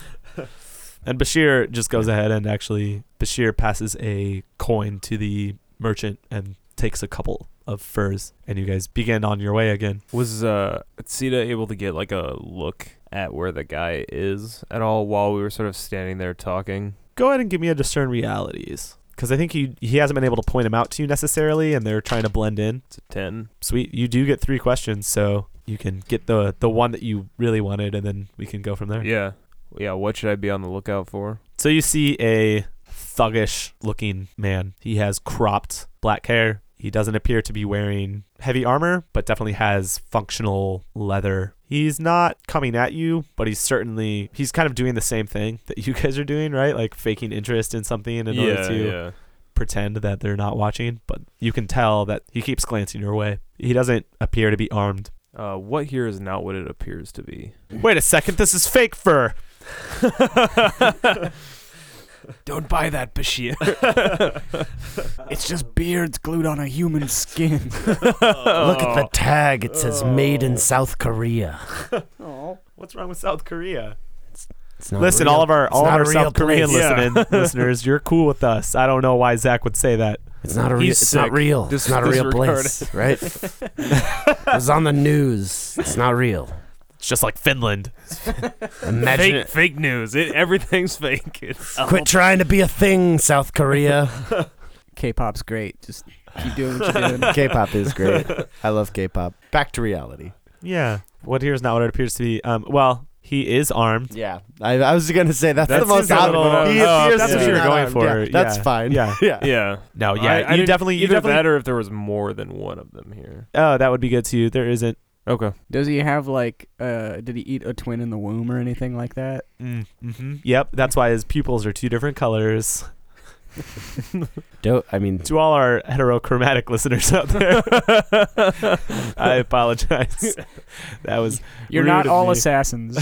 Speaker 5: And Bashir just goes ahead and actually Bashir passes a coin to the merchant and takes a couple of furs, and you guys begin on your way again.
Speaker 2: Was uh Sita able to get like a look at where the guy is at all while we were sort of standing there talking?
Speaker 5: go ahead and give me a discern realities because I think he he hasn't been able to point them out to you necessarily, and they're trying to blend in.
Speaker 2: It's a ten.
Speaker 5: Sweet, you do get three questions, so you can get the the one that you really wanted, and then we can go from there.
Speaker 2: Yeah. Yeah, what should I be on the lookout for?
Speaker 5: So you see a thuggish looking man. He has cropped black hair. He doesn't appear to be wearing heavy armor, but definitely has functional leather. He's not coming at you, but he's certainly he's kind of doing the same thing that you guys are doing, right? Like faking interest in something in order to
Speaker 2: yeah.
Speaker 5: pretend that they're not watching, but you can tell that he keeps glancing your way. He doesn't appear to be armed.
Speaker 2: Uh, what here is not what it appears to be.
Speaker 5: Wait a second, this is fake fur.
Speaker 2: Don't buy that, Bashir.
Speaker 4: It's just beards glued on a human skin.
Speaker 3: Look at the
Speaker 5: Oh.
Speaker 3: tag. It says "Made in South Korea."
Speaker 5: What's wrong with South Korea?
Speaker 3: It's not
Speaker 5: Listen,
Speaker 3: real.
Speaker 5: all of our
Speaker 3: It's
Speaker 5: all of
Speaker 3: not
Speaker 5: our
Speaker 3: a real
Speaker 5: South Korean
Speaker 3: place.
Speaker 2: Yeah.
Speaker 5: listening, listeners, you're cool with us. I don't know why Zach would say that.
Speaker 3: It's not a real.
Speaker 2: He's
Speaker 3: It's not
Speaker 2: sick.
Speaker 3: real.
Speaker 2: Dis-
Speaker 3: it's not a real
Speaker 2: disregard
Speaker 3: place, right? it was on the news. It's not real.
Speaker 5: It's just like Finland.
Speaker 3: Imagine
Speaker 2: fake,
Speaker 3: it.
Speaker 2: fake news. It, everything's fake. It's
Speaker 3: Quit trying to be a thing, South Korea.
Speaker 4: K-pop's great. Just keep doing what you're doing.
Speaker 3: K-pop is great. I love K-pop. Back to reality.
Speaker 5: Yeah. What here is not what it appears to be. Um, well, he is armed.
Speaker 3: Yeah, I, I was gonna say that's,
Speaker 2: That's
Speaker 3: the most
Speaker 2: his
Speaker 3: ob-
Speaker 2: little-
Speaker 3: He
Speaker 2: oh,
Speaker 3: appears
Speaker 5: uh, that's
Speaker 3: to
Speaker 5: what
Speaker 3: be
Speaker 5: you were
Speaker 3: not
Speaker 5: going
Speaker 3: armed.
Speaker 5: for.
Speaker 3: Yeah, that's
Speaker 5: Yeah.
Speaker 3: fine.
Speaker 5: Yeah.
Speaker 3: yeah.
Speaker 2: yeah.
Speaker 5: No, yeah.
Speaker 2: I- I
Speaker 5: you
Speaker 2: didn't-
Speaker 5: definitely you
Speaker 2: either
Speaker 5: definitely
Speaker 2: that or if there was more than one of them here.
Speaker 5: Oh, that would be good too. There isn't
Speaker 2: Okay.
Speaker 4: Does he have like? Uh, did he eat a twin in the womb or anything like that?
Speaker 5: Mm-hmm. Yep, that's why his pupils are two different colors.
Speaker 3: Don't, I mean,
Speaker 5: To all our heterochromatic listeners out there, I apologize. that was
Speaker 4: You're
Speaker 5: Rude
Speaker 4: not
Speaker 5: of
Speaker 4: all
Speaker 5: me.
Speaker 4: assassins.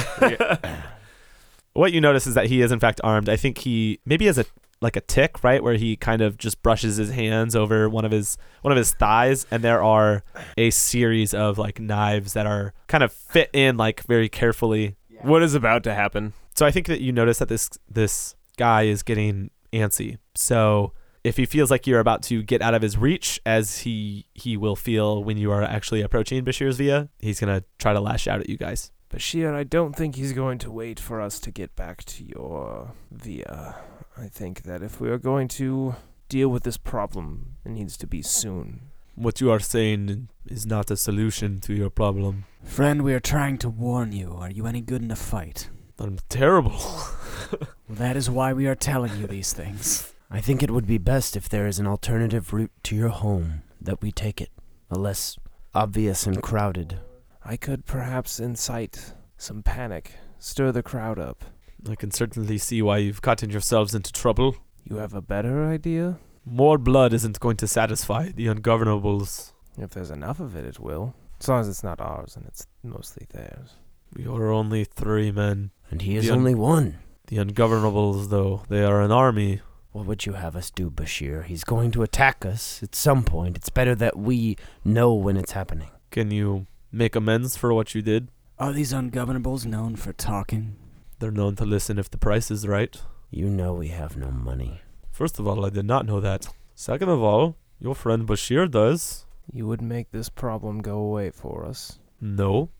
Speaker 5: what you notice is that he is in fact armed. I think he maybe has a like a tick, right, where he kind of just brushes his hands over one of his one of his thighs, and there are a series of like knives that are kind of fit in like very carefully.
Speaker 2: What is about to happen?
Speaker 5: So I think that you notice that this this guy is getting antsy. So if he feels like you're about to get out of his reach, as he he will feel when you are actually approaching Bashir's via, he's gonna try to lash out at you guys.
Speaker 2: Bashir, I don't think he's going to wait for us to get back to your via. I think that if we are going to deal with this problem, it needs to be soon.
Speaker 5: What you are saying is not a solution to your problem.
Speaker 4: Friend, we are trying to warn you. Are you any good in a fight?
Speaker 5: I'm terrible.
Speaker 4: Well, that is why we are telling you these things.
Speaker 3: I think it would be best if there is an alternative route to your home that we take it, a less obvious and crowded.
Speaker 2: I could perhaps incite some panic, stir the crowd up.
Speaker 5: I can certainly see why you've gotten yourselves into trouble.
Speaker 2: You have a better idea?
Speaker 5: More blood isn't going to satisfy the ungovernables.
Speaker 2: If there's enough of it, it will. As long as it's not ours and it's mostly theirs.
Speaker 5: We are only three men.
Speaker 3: And he is
Speaker 5: The un-
Speaker 3: only one.
Speaker 5: The ungovernables, though, they are an army.
Speaker 3: What would you have us do, Bashir? He's going to attack us at some point. It's better that we know when it's happening.
Speaker 5: Can you make amends for what you did?
Speaker 4: Are these ungovernables known for talking?
Speaker 5: They're known to listen if the price is right.
Speaker 3: You know we have no money.
Speaker 5: First of all, I did not know that. Second of all, your friend Bashir does.
Speaker 2: You would make this problem go away for us.
Speaker 5: No,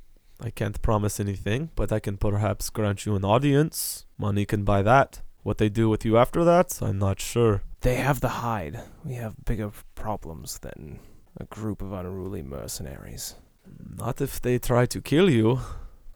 Speaker 5: I can't promise anything, but I can perhaps grant you an audience. Money can buy that. What they do with you after that, I'm not sure.
Speaker 2: They have the hide. We have bigger problems than a group of unruly mercenaries.
Speaker 5: Not if they try to kill you.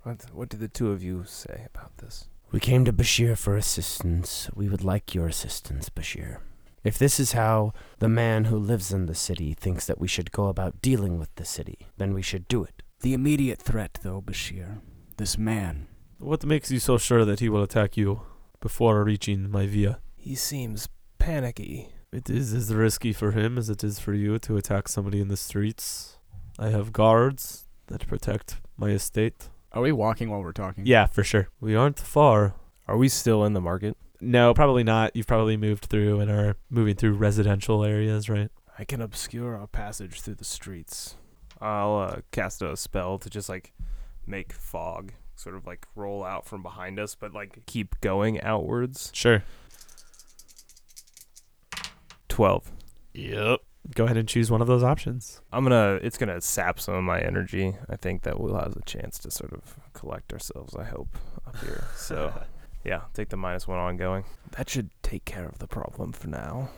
Speaker 2: What, what do the two of you say about this?
Speaker 3: We came to Bashir for assistance. We would like your assistance, Bashir. If this is how the man who lives in the city thinks that we should go about dealing with the city, then we should do it.
Speaker 4: The immediate threat, though, Bashir, this man.
Speaker 5: What makes you so sure that he will attack you before reaching my via?
Speaker 2: He seems panicky.
Speaker 5: It is as risky for him as it is for you to attack somebody in the streets. I have guards that protect my estate.
Speaker 4: Are we walking while we're talking?
Speaker 5: Yeah, for sure. We aren't far.
Speaker 2: Are we still in the market?
Speaker 5: No, probably not. You've probably moved through and are moving through residential areas, right?
Speaker 2: I can obscure our passage through the streets. I'll uh, cast a spell to just like make fog sort of like roll out from behind us, but like keep going outwards.
Speaker 5: Sure.
Speaker 2: 12.
Speaker 5: Yep. Go ahead and choose one of those options.
Speaker 2: I'm gonna. It's gonna sap some of my energy. I think that we'll have a chance to sort of collect ourselves. I hope up here. So, yeah, take the minus one ongoing. That should take care of the problem for now.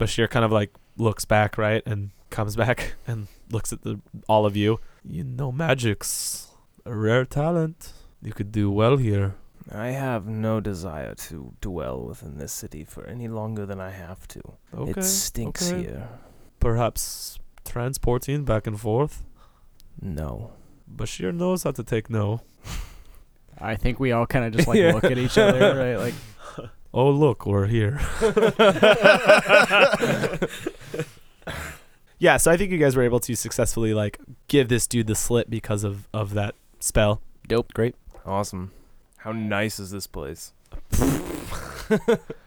Speaker 5: Bashir kind of like looks back, right, and comes back and looks at the all of you. You know, magic's a rare talent. You could do well here.
Speaker 2: I have no desire to dwell within this city for any longer than I have to.
Speaker 5: Okay.
Speaker 2: it stinks
Speaker 5: okay.
Speaker 2: here.
Speaker 5: Perhaps transporting back and forth.
Speaker 2: No.
Speaker 5: Bashir knows how to take no.
Speaker 4: I think we all kind of just like
Speaker 2: Yeah.
Speaker 4: look at each other, right? Like,
Speaker 5: Oh look, we're here. yeah, so I think you guys were able to successfully like give this dude the slit because of of that spell.
Speaker 3: Dope. Great.
Speaker 2: Awesome. How nice is this place?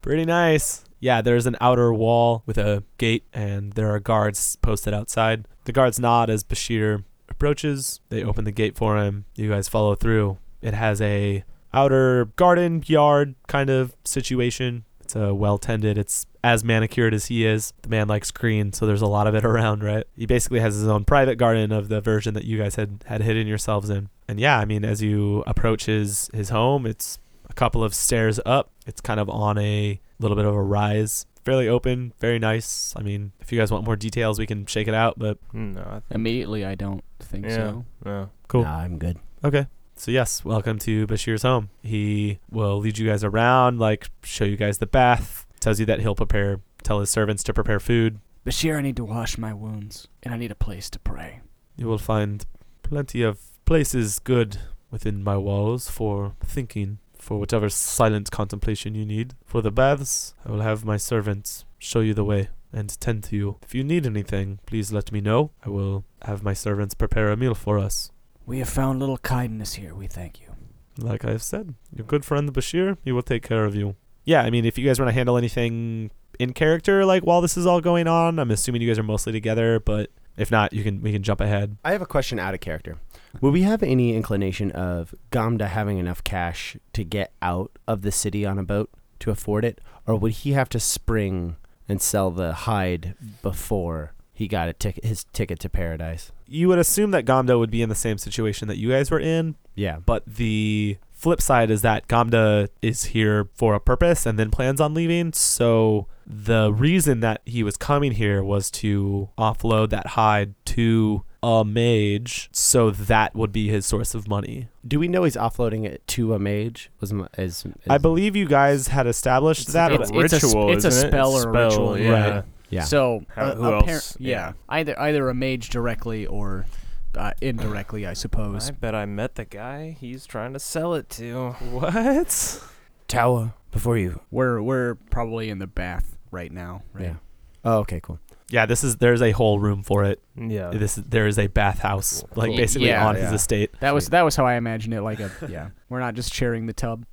Speaker 5: Pretty nice. Yeah, there's an outer wall with a gate, and there are guards posted outside. The guards nod as Bashir approaches. They open the gate for him. You guys follow through. It has a outer garden yard kind of situation. It's uh, well tended. It's as manicured as he is. The man likes green, so there's a lot of it around, right? He basically has his own private garden of the version that you guys had had hidden yourselves in. And yeah, I mean, as you approach his his home, it's a couple of stairs up. It's kind of on a little bit of a rise. Fairly open, very nice. I mean, if you guys want more details, we can shake it out, but
Speaker 2: Hmm, No, I
Speaker 4: Immediately, I don't think
Speaker 2: Yeah.
Speaker 4: so.
Speaker 2: no.
Speaker 5: Cool.
Speaker 3: Nah, I'm good.
Speaker 5: Okay. So yes, welcome to Bashir's home. He will lead you guys around, like show you guys the bath, tells you that he'll prepare tell his servants to prepare food.
Speaker 4: Bashir, I need to wash my wounds, and I need a place to pray.
Speaker 5: You will find plenty of places good within my walls for thinking, for whatever silent contemplation you need. For the baths, I will have my servants show you the way and tend to you. If you need anything, please let me know. I will have my servants prepare a meal for us.
Speaker 4: We have found little kindness here. We thank you.
Speaker 5: Like I've said, your good friend Bashir, he will take care of you. Yeah, I mean, if you guys want to handle anything in character, like while this is all going on, I'm assuming you guys are mostly together. But if not, you can we can jump ahead.
Speaker 3: I have a question out of character. Will we have any inclination of Gamda having enough cash to get out of the city on a boat to afford it, or would he have to spring and sell the hide before he got a ticket, his ticket to paradise?
Speaker 5: You would assume that Gamda would be in the same situation that you guys were in,
Speaker 3: Yeah,
Speaker 5: but the flip side is that Gamda is here for a purpose and then plans on leaving. So the reason that he was coming here was to offload that hide to a mage, so that would be his source of money.
Speaker 3: do we know he's offloading it to a mage? Was my, is, is
Speaker 5: I believe you guys had established
Speaker 4: It's-
Speaker 5: that.
Speaker 4: it's-
Speaker 5: but-
Speaker 4: a sp-
Speaker 2: ritual,
Speaker 4: it's a
Speaker 2: isn't it?
Speaker 4: spell
Speaker 2: It's
Speaker 4: or a ritual,
Speaker 2: yeah.
Speaker 5: Right.
Speaker 3: yeah.
Speaker 4: So,
Speaker 2: How-
Speaker 4: uh,
Speaker 2: who
Speaker 4: appar-
Speaker 2: else?
Speaker 4: Yeah.
Speaker 2: Yeah.
Speaker 4: either either a mage directly or uh, indirectly, I suppose.
Speaker 2: I bet I met the guy he's trying to sell it to.
Speaker 5: what?
Speaker 3: tower before you.
Speaker 4: We're we're probably in the bath right now. Right?
Speaker 3: Yeah. Oh, okay, cool.
Speaker 5: Yeah, this is there's a whole room for it.
Speaker 2: Yeah.
Speaker 5: This there is a bathhouse,
Speaker 2: Cool.
Speaker 5: like
Speaker 4: Y-
Speaker 5: basically
Speaker 4: yeah,
Speaker 5: on his
Speaker 3: yeah.
Speaker 5: estate.
Speaker 4: That was
Speaker 3: Sweet.
Speaker 4: that was how I imagined it. Like a yeah. We're not just sharing the tub.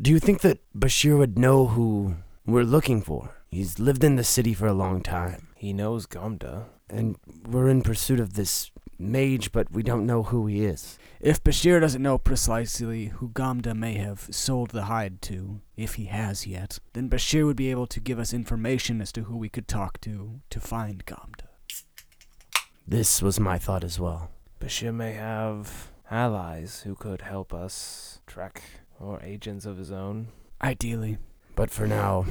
Speaker 3: Do you think that Bashir would know who we're looking for? He's lived in the city for a long time.
Speaker 2: He knows Gumda.
Speaker 3: and we're in pursuit of this mage, but we don't know who he is.
Speaker 4: If Bashir doesn't know precisely who Gamda may have sold the hide to, if he has yet, then Bashir would be able to give us information as to who we could talk to to find Gamda.
Speaker 3: This was my thought as well.
Speaker 2: Bashir may have allies who could help us track or agents of his own.
Speaker 4: Ideally.
Speaker 3: But for now,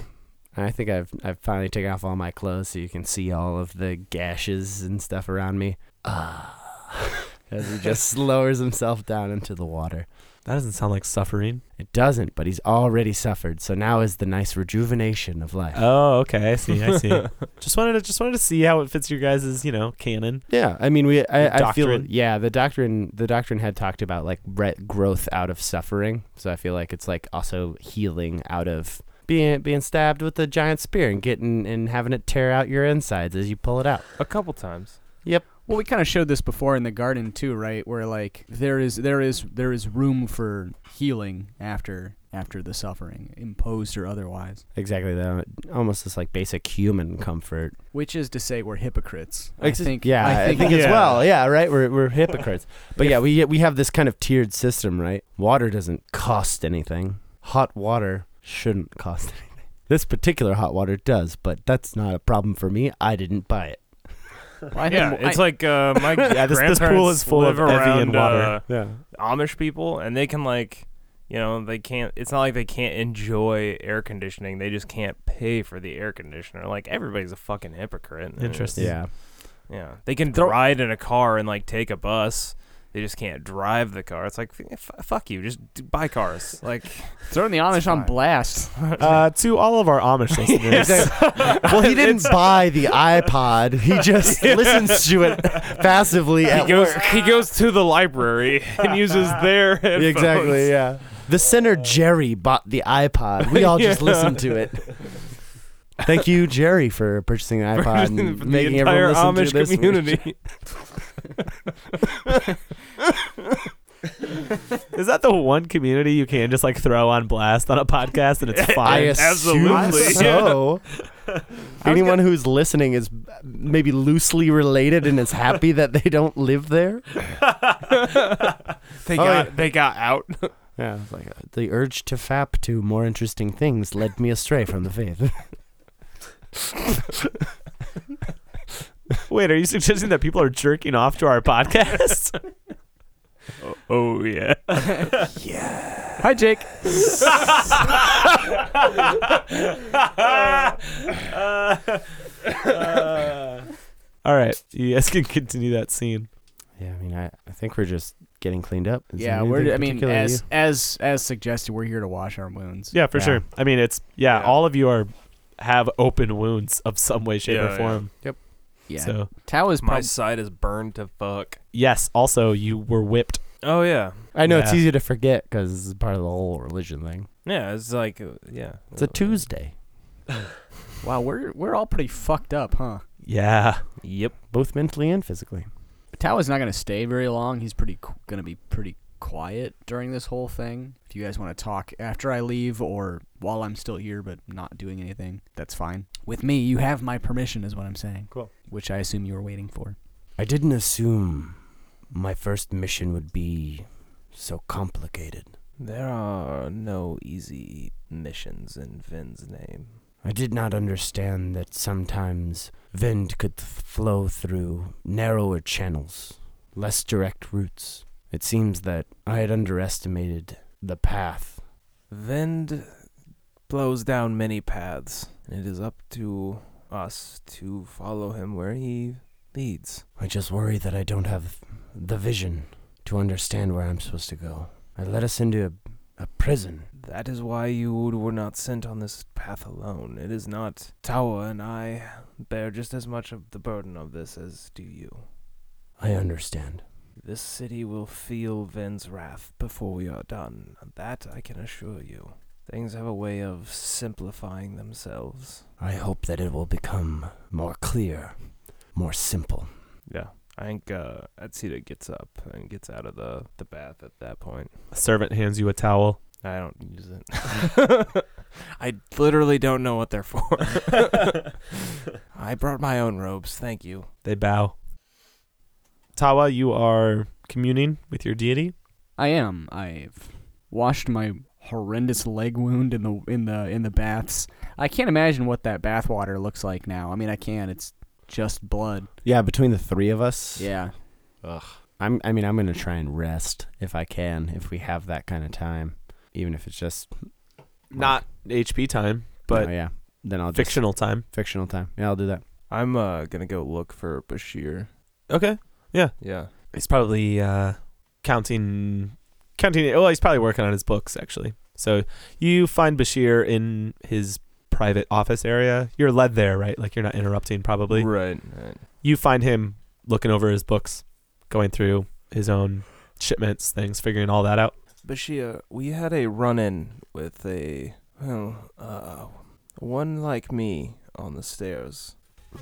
Speaker 3: I think I've I've finally taken off all my clothes so you can see all of the gashes and stuff around me. Ah, as he just lowers himself down into the water.
Speaker 5: That doesn't sound like suffering.
Speaker 3: It doesn't, but he's already suffered, so now is the nice rejuvenation of life.
Speaker 5: Oh, okay, I see, I see. just wanted to just wanted to see how it fits your guys' you know canon.
Speaker 3: Yeah, I mean, we. I, I feel.
Speaker 5: Doctrine.
Speaker 3: Yeah, the doctrine. The doctrine had talked about like re- growth out of suffering. So I feel like it's like also healing out of being being stabbed with a giant spear and getting and having it tear out your insides as you pull it out.
Speaker 2: A couple times.
Speaker 4: Well, we kind of showed this before in the garden too, right? Where like there is there is there is room for healing after after the suffering, imposed or otherwise.
Speaker 3: Exactly. That almost just like basic human comfort.
Speaker 4: Which is to say, we're hypocrites.
Speaker 3: Ex-
Speaker 4: I think.
Speaker 3: Yeah,
Speaker 4: I think,
Speaker 3: as
Speaker 5: Yeah.
Speaker 3: well. Yeah, right. We're we're hypocrites. But yeah, we we have this kind of tiered system, right? Water doesn't cost anything. Hot water shouldn't cost anything. This particular hot water does, but that's not a problem for me. I didn't buy it.
Speaker 4: Well, I think- I-
Speaker 2: like uh, my
Speaker 5: Yeah, this, this pool is full of Evian water. yeah.
Speaker 2: uh, Amish people, and they can like, you know, they can't. It's not like they can't enjoy air conditioning. They just can't pay for the air conditioner. Like everybody's a fucking hypocrite. and it's-
Speaker 5: Interesting.
Speaker 3: Yeah.
Speaker 2: Yeah, they can ride in a car and like take a bus. They just can't drive the car. It's like, f- fuck you, just d- buy cars. Like,
Speaker 4: throwing the Amish on
Speaker 2: fine.
Speaker 4: blast.
Speaker 5: Uh, to all of our Amish listeners,
Speaker 3: well, he didn't buy the iPod. He just listens to it passively
Speaker 2: he
Speaker 3: at
Speaker 2: goes,
Speaker 3: work.
Speaker 2: he goes to the library and uses their headphones.
Speaker 3: Exactly. Yeah. The sinner Jerry bought the iPod. We all just
Speaker 2: Yeah.
Speaker 3: listened to it. Thank you, Jerry, for purchasing the iPod
Speaker 2: For
Speaker 3: and
Speaker 2: the
Speaker 3: making
Speaker 2: entire
Speaker 3: everyone listen
Speaker 2: Amish
Speaker 3: to this.
Speaker 2: community.
Speaker 5: is that the one community you can just like throw on blast on a podcast and it's
Speaker 3: I
Speaker 5: fine?
Speaker 3: assume
Speaker 2: Absolutely.
Speaker 3: so. Anyone who's listening is maybe loosely related and is happy that they don't live there.
Speaker 2: they
Speaker 3: Oh,
Speaker 2: got
Speaker 3: yeah.
Speaker 2: they got out.
Speaker 3: Yeah, it's like uh, the urge to fap to more interesting things led me astray from the faith.
Speaker 5: Wait, are you suggesting that people are jerking off to our podcast?
Speaker 2: Oh, oh yeah.
Speaker 4: Hi, Jake.
Speaker 5: All right, you guys can continue that scene.
Speaker 3: yeah, I mean, I, I think we're just getting cleaned up. Is
Speaker 4: yeah,
Speaker 3: there
Speaker 4: we're.
Speaker 3: anything
Speaker 4: I mean,
Speaker 3: particular
Speaker 4: as
Speaker 3: you-
Speaker 4: as as suggested, we're here to wash our wounds.
Speaker 5: Yeah, for
Speaker 3: Yeah.
Speaker 5: sure. I mean, it's yeah,
Speaker 4: Yeah.
Speaker 5: all of you are have open wounds of some way, shape,
Speaker 2: Yeah,
Speaker 5: or
Speaker 2: yeah.
Speaker 5: form.
Speaker 4: Yeah.
Speaker 5: So
Speaker 4: Tao is
Speaker 2: My
Speaker 4: probably.
Speaker 2: side is burned to fuck.
Speaker 5: yes, also you were whipped.
Speaker 2: Oh yeah.
Speaker 3: I know it's
Speaker 5: Yeah.
Speaker 3: easy to forget because it's part of the whole religion thing.
Speaker 2: Yeah, it's like uh, yeah.
Speaker 3: It's a Tuesday.
Speaker 4: Wow, we're we're all pretty fucked up, huh?
Speaker 5: Yeah,
Speaker 2: Yep.
Speaker 3: both mentally and physically.
Speaker 4: Tao is not going to stay very long. He's pretty qu- going to be pretty quiet during this whole thing. If you guys want to talk after I leave or while I'm still here but not doing anything, that's fine. With me, you have my permission is what I'm saying.
Speaker 5: Cool.
Speaker 4: Which I assume you were waiting for.
Speaker 3: I didn't assume my first mission would be so complicated.
Speaker 2: There are no easy missions in Vin's name.
Speaker 3: I did not understand that sometimes wind could th- flow through narrower channels, less direct routes. It seems that I had underestimated the path.
Speaker 2: Vind blows down many paths, and it is up to us to follow him where he leads.
Speaker 3: I just worry that I don't have the vision to understand where I'm supposed to go. I led us into a, a prison.
Speaker 2: That is why you were not sent on this path alone. It is not Tawa and I bear just as much of the burden of this as do you.
Speaker 3: I understand.
Speaker 2: This city will feel Ven's wrath before we are done. That I can assure you. Things have a way of simplifying themselves.
Speaker 3: I hope that it will become more clear, more simple.
Speaker 2: Yeah. I think uh, Atsita gets up and gets out of the, the bath at that point.
Speaker 5: a servant hands you a towel.
Speaker 2: I don't use it. I literally don't know what they're for. I brought my own robes, thank you.
Speaker 5: They bow. Tawa, you are communing with your deity.
Speaker 4: I am. I've washed my horrendous leg wound in the in the in the baths. I can't imagine what that bath water looks like now. I mean, I can. It's just blood.
Speaker 3: Yeah, between the three of us.
Speaker 4: Yeah.
Speaker 3: I'm I mean I'm gonna try and rest if I can, if we have that kind of time. Even if it's just
Speaker 5: Not HP time, but
Speaker 3: oh, yeah. Then I'll just
Speaker 5: fictional time.
Speaker 3: fictional time. Yeah, I'll do that.
Speaker 2: I'm uh, gonna go look for Bashir.
Speaker 5: Okay.
Speaker 2: Yeah.
Speaker 5: He's probably uh, counting, counting. Well, he's probably working on his books actually. So you find Bashir in his private office area. You're led there, right? Like you're not interrupting, probably.
Speaker 2: Right. right.
Speaker 5: You find him looking over his books, going through his own shipments, things, figuring all that out.
Speaker 2: Bashir, we had a run in with a, well, uh, one like me on the stairs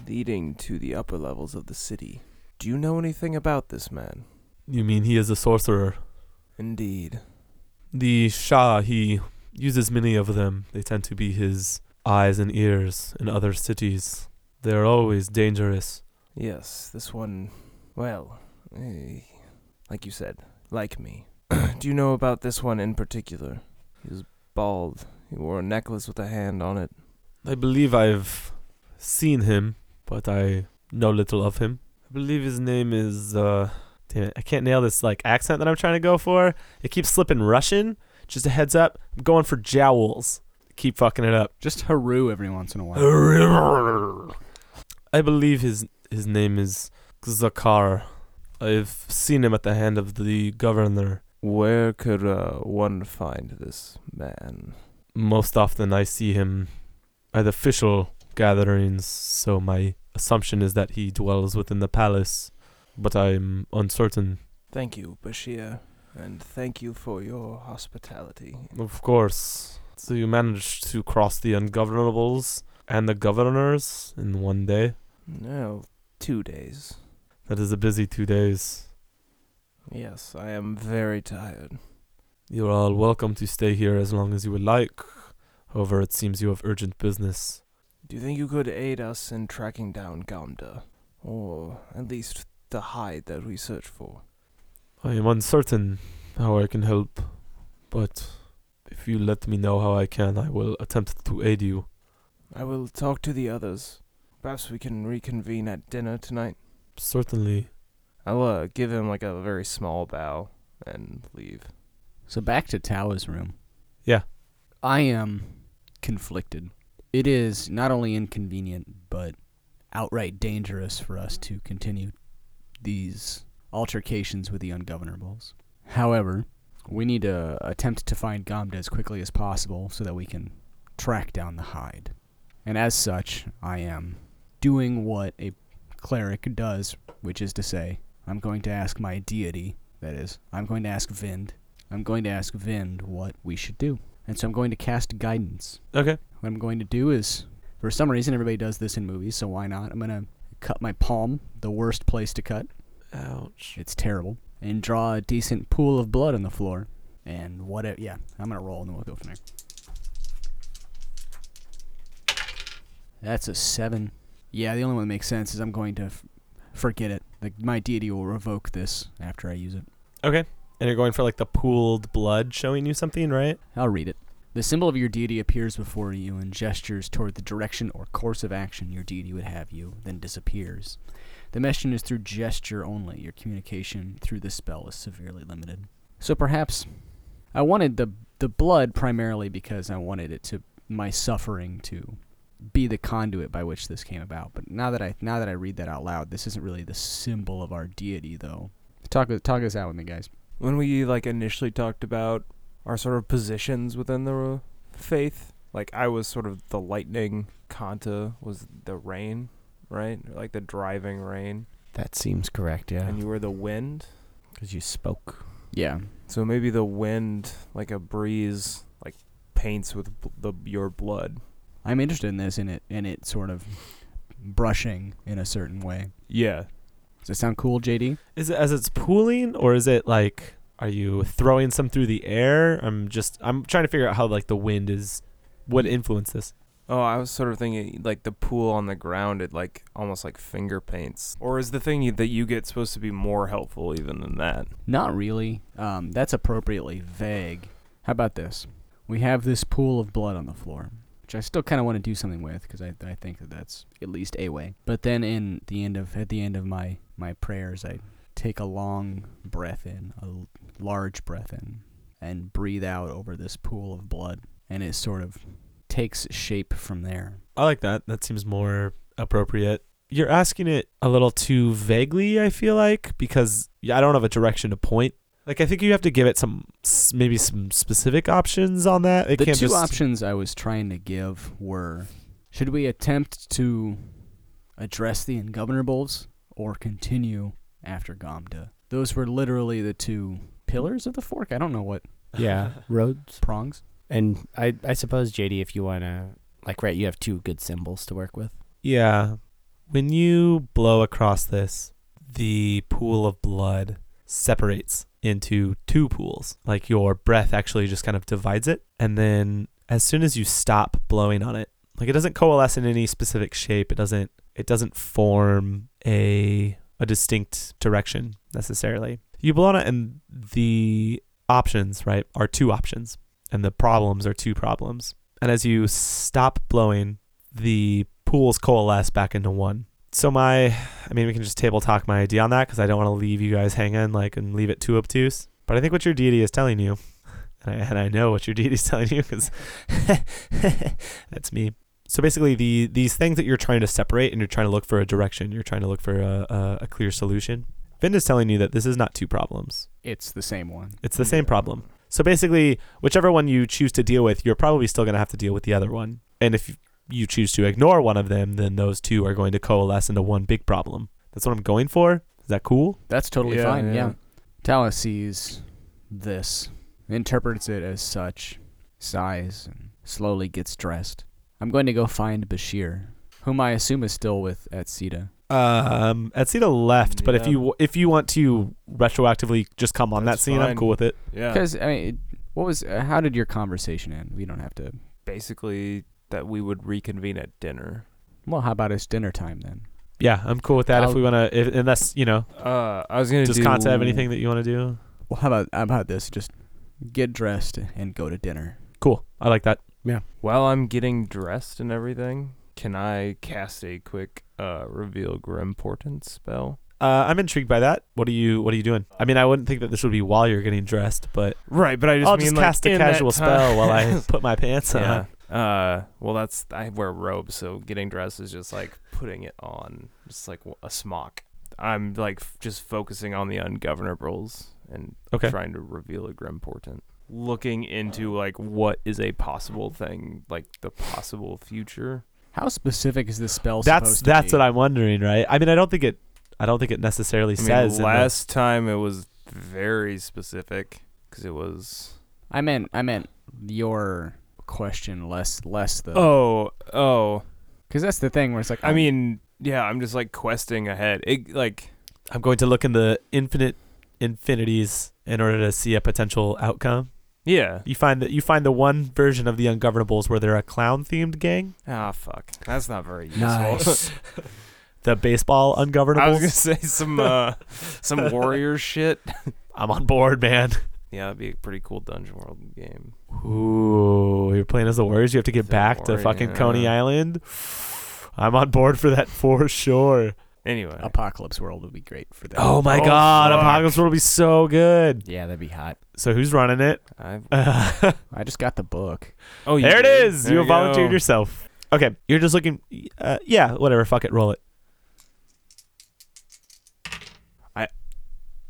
Speaker 2: leading to the upper levels of the city. Do you know anything about this man?
Speaker 5: You mean he is a sorcerer?
Speaker 2: Indeed.
Speaker 5: The Shah, he uses many of them. They tend to be his eyes and ears in other cities. They're always dangerous.
Speaker 2: Yes, this one, well, eh, like you said, like me. Do you know about this one in particular? He was bald. He wore a necklace with a hand on it.
Speaker 5: I believe I've seen him, but I know little of him. I believe his name is uh damn it, I can't nail this like accent that I'm trying to go for. It keeps slipping Russian. Just a heads up, I'm going for jowls. Keep fucking it up.
Speaker 4: Just haru every once in a while.
Speaker 5: I believe his his name is Zakar. I've seen him at the hand of the governor.
Speaker 2: Where could uh, one find this man?
Speaker 5: Most often I see him at official gatherings, so my assumption is that he dwells within the palace, but I'm uncertain.
Speaker 2: Thank you, Bashir, and thank you for your hospitality.
Speaker 5: Of course. So you managed to cross the ungovernables and the governors in one day.
Speaker 2: No, two days.
Speaker 5: That is a busy two days.
Speaker 2: Yes, I am very tired.
Speaker 5: You're all welcome to stay here as long as you would like. However, it seems you have urgent business.
Speaker 2: Do you think you could aid us in tracking down Gamda? Or at least the hide that we search for?
Speaker 5: I am uncertain how I can help, but if you let me know how I can, I will attempt to aid you.
Speaker 2: I will talk to the others. Perhaps we can reconvene at dinner tonight.
Speaker 5: Certainly.
Speaker 2: I'll uh, give him like a very small bow and leave.
Speaker 4: So back to Tao's room.
Speaker 5: Yeah.
Speaker 4: I am conflicted. It is not only inconvenient, but outright dangerous for us to continue these altercations with the ungovernables. However, we need to attempt to find Gamda as quickly as possible so that we can track down the hide. And as such, I am doing what a cleric does, which is to say, I'm going to ask my deity, that is, I'm going to ask Vind, I'm going to ask Vind what we should do. And so I'm going to cast guidance.
Speaker 5: Okay.
Speaker 4: What I'm going to do is, for some reason, everybody does this in movies, so why not? I'm going to cut my palm, the worst place to cut.
Speaker 5: Ouch.
Speaker 4: It's terrible. And draw a decent pool of blood on the floor. And whatever. Yeah, I'm going to roll and then we'll go from there. That's a seven. Yeah, the only one that makes sense is I'm going to f- forget it. Like, my deity will revoke this after I use it.
Speaker 5: Okay. And you're going for like the pooled blood showing you something, right?
Speaker 4: I'll read it. The symbol of your deity appears before you and gestures toward the direction or course of action your deity would have you, then disappears. The messaging is through gesture only. Your communication through the spell is severely limited. So perhaps I wanted the the blood primarily because I wanted it to my suffering to be the conduit by which this came about. But now that I now that I read that out loud, this isn't really the symbol of our deity though. Talk talk this out with me, guys.
Speaker 2: When we like initially talked about our sort of positions within the uh, faith, like I was sort of the lightning, Kanta was the rain, right? Like the driving rain,
Speaker 3: That seems correct, yeah.
Speaker 2: and you were the wind.
Speaker 3: Because you spoke.
Speaker 4: Yeah.
Speaker 2: So maybe the wind, like a breeze, like paints with bl- the your blood.
Speaker 4: I'm interested in this and it and it sort of brushing in a certain way.
Speaker 2: Yeah.
Speaker 4: Does that sound cool, JD?
Speaker 5: Is it as it's pooling or is it like are you throwing some through the air? I'm just I'm trying to figure out how like the wind is what influenced this.
Speaker 2: Oh, I was sort of thinking like the pool on the ground. It like almost like finger paints, or is the thing you- that you get supposed to be more helpful even than that?
Speaker 4: Not really. Um, that's appropriately vague. How about this? We have this pool of blood on the floor, which I still kind of want to do something with because I, I think that that's at least a way. But then in the end of at the end of my my prayers, I take a long breath in, a l- large breath in, and breathe out over this pool of blood, and it sort of takes shape from there.
Speaker 5: I like that. That seems more appropriate. You're asking it a little too vaguely, I feel like, because yeah, I don't have a direction to point. Like I think you have to give it some s- maybe some specific options on that. It
Speaker 4: the
Speaker 5: can't
Speaker 4: two
Speaker 5: just
Speaker 4: options I was trying to give were: should we attempt to address the ungovernables or continue after Gamda? Those were literally the two pillars of the fork. I don't know what
Speaker 3: Yeah. Roads.
Speaker 4: prongs.
Speaker 3: And I, I suppose, JD, if you want to, like, right, you have two good symbols to work with.
Speaker 5: Yeah. When you blow across this, the pool of blood separates into two pools. Like your breath actually just kind of divides it. And then as soon as you stop blowing on it, like it doesn't coalesce in any specific shape. It doesn't it doesn't form a a distinct direction necessarily. You blow on it and the options, right, are two options. And the problems are two problems. And as you stop blowing, the pools coalesce back into one. So my, I mean, we can just table talk my idea on that because I don't want to leave you guys hanging like and leave it too obtuse. But I think what your deity is telling you, and I, and I know what your deity is telling you because that's me. So basically, the these things that you're trying to separate and you're trying to look for a direction, you're trying to look for a, a, a clear solution. Vind is telling you that this is not two problems;
Speaker 4: It's the same one.
Speaker 5: it's the same problem. So basically, whichever one you choose to deal with, you're probably still going to have to deal with the other one. And if you choose to ignore one of them, then those two are going to coalesce into one big problem. That's what I'm going for. Is that cool?
Speaker 4: That's totally
Speaker 2: Yeah,
Speaker 4: fine.
Speaker 2: yeah.
Speaker 4: Yeah. Talus sees this, interprets it as such, sighs, and slowly gets dressed. I'm going to go find Bashir, whom I assume is still with at Sita.
Speaker 5: Um, Etsita left, but if
Speaker 2: Yeah.
Speaker 5: you if you want to retroactively just come on
Speaker 2: That's
Speaker 5: that scene, I'm
Speaker 2: fine.
Speaker 5: cool with it.
Speaker 2: Yeah.
Speaker 4: Because I mean, it- what was? Uh, how did your conversation end? We don't have to.
Speaker 2: Basically, that we would reconvene at dinner.
Speaker 4: Well, how about it's dinner time then?
Speaker 5: Yeah, I'm cool with that. if
Speaker 4: I'll-
Speaker 5: we want to, unless you know,
Speaker 2: Uh, I was gonna
Speaker 5: does
Speaker 2: do.
Speaker 5: Kanta have anything that you want to do?
Speaker 4: Well, how about how about this? Just get dressed, and go to dinner.
Speaker 5: Cool. I like that.
Speaker 2: While I'm getting dressed and everything, can I cast a quick uh, reveal Grimportent spell?
Speaker 5: Uh, I'm intrigued by that. What are you What are you doing? I mean, I wouldn't think that this would be while you're getting dressed, but
Speaker 2: Right, but I just
Speaker 5: I'll
Speaker 2: mean
Speaker 5: just
Speaker 2: like,
Speaker 5: cast a
Speaker 2: in that
Speaker 5: casual
Speaker 2: time-
Speaker 5: spell while I put my pants on.
Speaker 2: yeah. Uh, well, that's I wear robes, so getting dressed is just like putting it on, just like a smock. I'm like f- just focusing on the ungovernables and
Speaker 5: Okay.
Speaker 2: trying to reveal a grim portent. Looking into like what is a possible thing, like the possible future.
Speaker 4: How specific is this spell
Speaker 5: That's
Speaker 4: supposed
Speaker 5: that's
Speaker 4: to be?
Speaker 5: what I'm wondering, right? I mean, I don't think it. I don't think it necessarily
Speaker 2: I mean,
Speaker 5: says. in the-
Speaker 2: last time it was very specific because it was
Speaker 4: I meant I meant your question less less the
Speaker 2: oh oh.
Speaker 4: because that's the thing where it's like
Speaker 5: Um,
Speaker 2: I mean, yeah, I'm just like questing ahead. It like
Speaker 5: I'm going to look in the infinite infinities in order to see a potential outcome.
Speaker 2: yeah.
Speaker 5: You find that you find the one version of the Ungovernables where they're a clown themed gang,
Speaker 2: Ah, fuck. That's not very useful.
Speaker 3: Nice.
Speaker 5: the baseball Ungovernables.
Speaker 2: I was gonna say some uh, some warrior shit.
Speaker 5: I'm on board, man.
Speaker 2: Yeah, that'd be a pretty cool dungeon world game.
Speaker 5: Ooh, you're playing as the Warriors. You have to get
Speaker 2: The
Speaker 5: back to fucking Coney Island. I'm on board for that for sure.
Speaker 2: Anyway,
Speaker 4: Apocalypse World would be great for that.
Speaker 5: Oh my
Speaker 2: Oh,
Speaker 5: god,
Speaker 2: fuck.
Speaker 5: Apocalypse World will be so good.
Speaker 4: yeah, that'd be hot.
Speaker 5: So who's running it?
Speaker 2: I've,
Speaker 4: I just got the book.
Speaker 2: oh, you
Speaker 5: there it
Speaker 2: did?
Speaker 5: is.
Speaker 2: There
Speaker 5: you volunteered
Speaker 2: go.
Speaker 5: yourself. Okay, you're just looking. Uh, yeah, whatever. Fuck it. Roll it.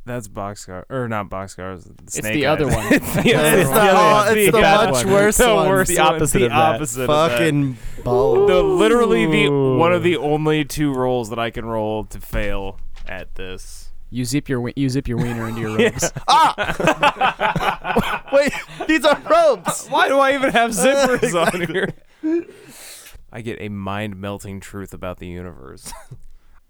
Speaker 2: That's boxcar or not boxcars. The
Speaker 4: it's
Speaker 2: snake
Speaker 4: the
Speaker 2: eyes.
Speaker 4: other one.
Speaker 2: the other
Speaker 4: It's
Speaker 2: one.
Speaker 4: the-
Speaker 2: Yeah,
Speaker 5: oh, it's the
Speaker 2: bad
Speaker 5: much
Speaker 2: one.
Speaker 3: worse
Speaker 2: the
Speaker 3: one.
Speaker 2: Worst
Speaker 5: The
Speaker 2: one.
Speaker 5: opposite
Speaker 2: the
Speaker 5: of that.
Speaker 2: opposite of that.
Speaker 3: Fucking balls.
Speaker 2: The literally the one of
Speaker 5: Ooh.
Speaker 2: the only two rolls that I can roll to fail at this.
Speaker 4: You zip your wi- you zip your wiener into your robes.
Speaker 3: Wait, these are robes.
Speaker 2: Why do I even have zippers on here? I get a mind melting truth about the universe.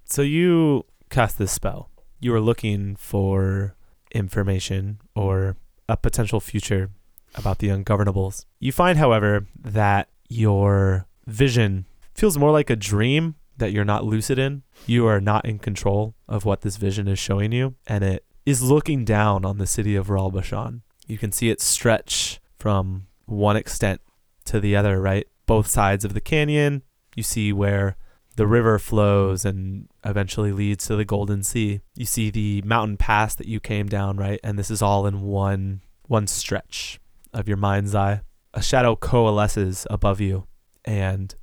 Speaker 5: So you cast this spell. You were looking for information or a potential future about the ungovernables. You find, however, that your vision feels more like a dream that you're not lucid in. You are not in control of what this vision is showing you, and it is looking down on the city of Ralbashan. You can see it stretch from one extent to the other, right? Both sides of the canyon. You see where the river flows and eventually leads to the Golden Sea. You see the mountain pass that you came down, right? And this is all in one one stretch of your mind's eye. A shadow coalesces above you and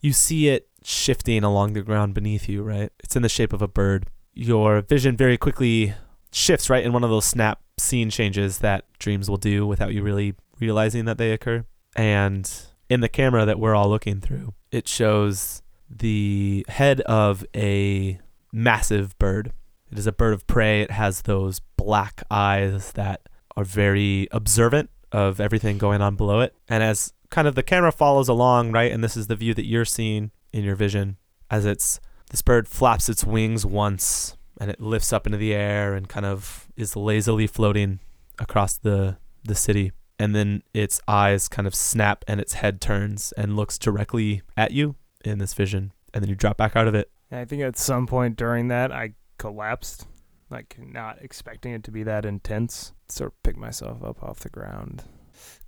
Speaker 5: you see it shifting along the ground beneath you, right? It's in the shape of a bird. Your vision very quickly shifts, right, in one of those snap scene changes that dreams will do without you really realizing that they occur. And in the camera that we're all looking through, it shows the head of a massive bird. It is a bird of prey. It has those black eyes that are very observant of everything going on below it. And as kind of the camera follows along, right, and this is the view that you're seeing in your vision, as it's this bird flaps its wings once and it lifts up into the air and kind of is lazily floating across the the city. And then its eyes kind of snap and its head turns and looks directly at you in this vision, and then you drop back out of it.
Speaker 1: I think at some point during that, I collapsed, like not expecting it to be that intense.
Speaker 2: sort of pick myself up off the ground,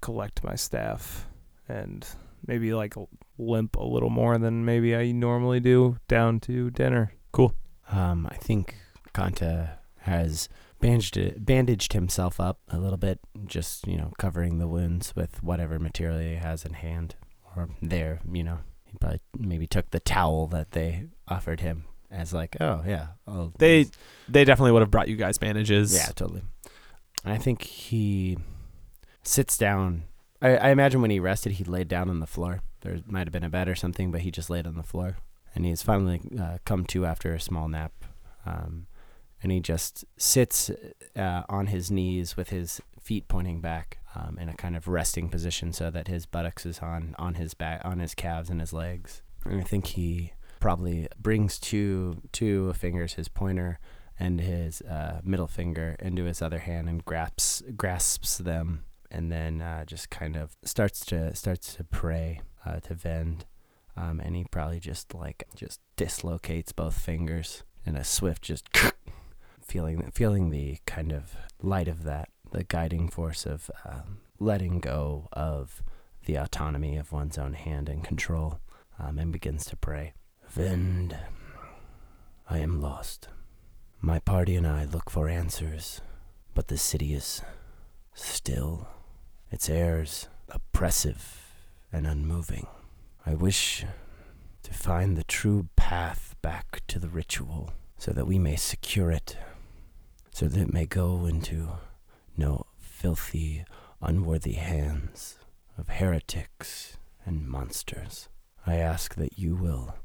Speaker 2: collect my staff, and maybe like l- limp a little more than maybe I normally do down to dinner.
Speaker 3: Um, I think Kanta has bandaged bandaged himself up a little bit, just you know, covering the wounds with whatever material he has in hand or there. You know, he probably maybe took the towel that they offered him as like, oh yeah, I'll
Speaker 5: They they definitely would have brought you guys bandages.
Speaker 3: Yeah, totally. And I think he sits down. I, I imagine when he rested, he laid down on the floor. There might have been a bed or something, but he just laid on the floor. And he's finally uh, come to after a small nap. Um, and he just sits uh, on his knees with his feet pointing back um, in a kind of resting position so that his buttocks is on, on his back, on his calves and his legs. And I think he probably brings two, two fingers, his pointer and his uh, middle finger into his other hand and grasps grasps them, and then uh, just kind of starts to starts to pray uh, to Vend, um, and he probably just like just dislocates both fingers in a swift just feeling feeling the kind of light of that the guiding force of um, letting go of the autonomy of one's own hand and control, um, and begins to pray. Vind, I am lost. My party and I look for answers, but the city is still, its airs oppressive and unmoving. I wish to find the true path back to the ritual so that we may secure it, so that it may go into no filthy, unworthy hands of heretics and monsters. I ask that you will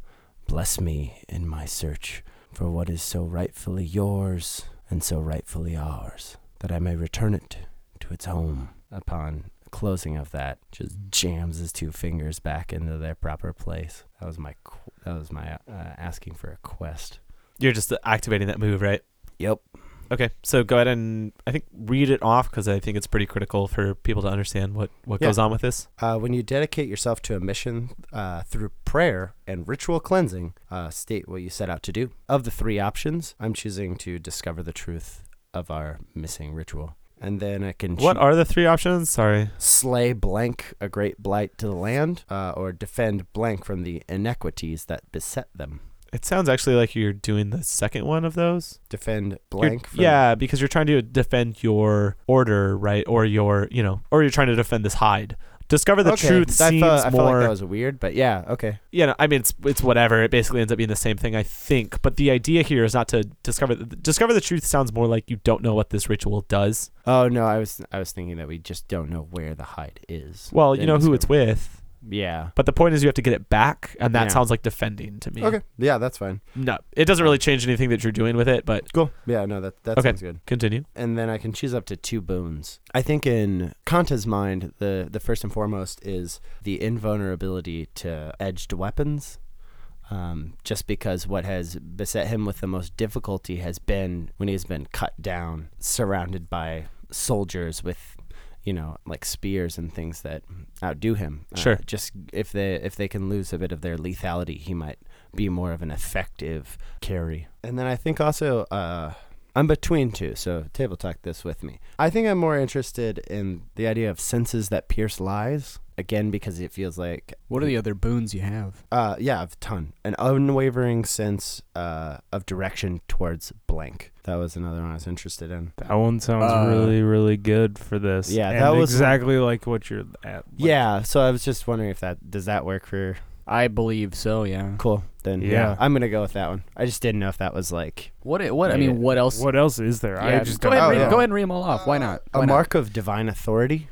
Speaker 3: bless me in my search for what is so rightfully yours and so rightfully ours, that I may return it to its home. Upon closing of that, just jams his two fingers back into their proper place. That was my qu- that was my uh, asking for a quest.
Speaker 5: You're just activating that move, right?
Speaker 3: Yep.
Speaker 5: Okay, so go ahead and I think read it off because I think it's pretty critical for people to understand what what
Speaker 3: Yeah.
Speaker 5: goes on with this.
Speaker 3: Uh, when you dedicate yourself to a mission uh, through prayer and ritual cleansing, uh, state what you set out to do. Of the three options, I'm choosing to discover the truth of our missing ritual. And then I can
Speaker 5: What
Speaker 3: choo-
Speaker 5: are the three options? Sorry.
Speaker 3: slay blank a great blight to the land, uh, or defend blank from the inequities that beset them.
Speaker 5: It sounds actually like you're doing the second one of those.
Speaker 3: Defend
Speaker 5: You're-
Speaker 3: blank. From,
Speaker 5: yeah, because you're trying to defend your order, right? Or your, you know, or you're trying to defend this hide. Discover the
Speaker 3: Okay,
Speaker 5: truth
Speaker 3: I
Speaker 5: seems
Speaker 3: thought, I felt
Speaker 5: more.
Speaker 3: like that was weird, but yeah, okay.
Speaker 5: you know, I mean, it's it's whatever. It basically ends up being the same thing, I think. But the idea here is not to discover the, discover the truth. Sounds more like you don't know what this ritual does.
Speaker 3: Oh no, I was I was thinking that we just don't know where the hide is.
Speaker 5: Well, you
Speaker 3: And
Speaker 5: know who it's
Speaker 3: discover-
Speaker 5: with.
Speaker 3: Yeah.
Speaker 5: But the point is, you have to get it back, and that
Speaker 3: Yeah.
Speaker 5: sounds like defending to me.
Speaker 3: Okay. Yeah, that's fine.
Speaker 5: No, it doesn't really change anything that you're doing with it. But
Speaker 3: Cool. Yeah, no, that that
Speaker 5: Okay.
Speaker 3: sounds good.
Speaker 5: continue.
Speaker 3: And then I can choose up to two boons. I think in Kanta's mind, the the first and foremost is the invulnerability to edged weapons. Um, just because what has beset him with the most difficulty has been when he has been cut down, surrounded by soldiers with, you know, like spears and things that outdo him. Uh,
Speaker 5: Sure.
Speaker 3: Just if they if they can lose a bit of their lethality, he might be more of an effective carry. And then I think also uh, I'm between two, so table talk this with me. I think I'm more interested in the idea of senses that pierce lies. Again, because it feels like
Speaker 4: What are the other boons you have?
Speaker 3: uh, yeah, a ton. An unwavering sense uh, of direction towards blank. That was another one I was interested in.
Speaker 2: That one sounds
Speaker 4: Uh,
Speaker 2: really, really good for this.
Speaker 3: Yeah,
Speaker 1: and
Speaker 3: that was
Speaker 1: exactly like what you're at. like-
Speaker 3: yeah. So I was just wondering if that does that work for
Speaker 4: I believe so. Yeah.
Speaker 3: cool. Then
Speaker 1: Yeah.
Speaker 3: I'm gonna go with that one. I just didn't know if that was like
Speaker 4: What? i- What? I
Speaker 3: Yeah.
Speaker 4: mean, what else?
Speaker 1: What else is there? I
Speaker 4: Yeah,
Speaker 1: just
Speaker 4: go
Speaker 1: don't
Speaker 4: ahead, and
Speaker 1: know. Uh,
Speaker 4: read,
Speaker 3: yeah.
Speaker 4: go ahead and read them all off. Why not?
Speaker 3: a
Speaker 4: Why not?
Speaker 3: mark of divine authority.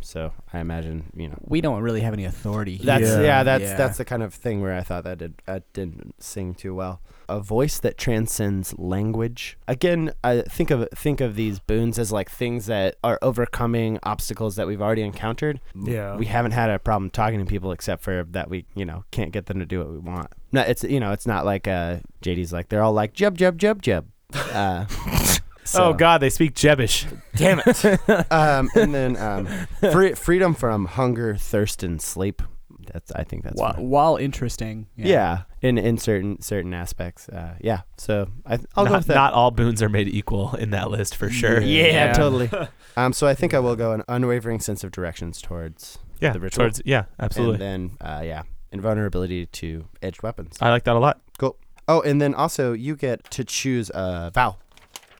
Speaker 3: So I imagine you know
Speaker 4: We don't really have any authority. here.
Speaker 3: That's yeah,
Speaker 1: Yeah.
Speaker 3: that's
Speaker 4: Yeah.
Speaker 3: that's the kind of thing where I thought that did that didn't sing too well. A voice that transcends language. Again, I think of think of these boons as like things that are overcoming obstacles that we've already encountered.
Speaker 1: Yeah.
Speaker 3: We haven't had a problem talking to people except for that we, you know, can't get them to do what we want. No, it's you know, it's not like uh JD's like they're all like jub jub jub jub. Uh,
Speaker 5: Oh God, they speak Jebish.
Speaker 3: damn it. um, and then um, free, freedom from hunger, thirst and sleep. That's I think that's
Speaker 4: Whi-
Speaker 3: fine.
Speaker 4: while interesting.
Speaker 3: Yeah. in in certain certain aspects. Uh, yeah. So I I'll
Speaker 5: not,
Speaker 3: go with that.
Speaker 5: not all boons are made equal in that list for sure.
Speaker 3: yeah,
Speaker 1: Yeah.
Speaker 3: totally. um, so I think I will go an unwavering sense of directions towards,
Speaker 5: yeah,
Speaker 3: The ritual.
Speaker 5: towards- yeah, absolutely.
Speaker 3: and then uh, yeah, invulnerability to edged weapons.
Speaker 5: I like that a lot.
Speaker 3: Oh, and then also you get to choose a vow.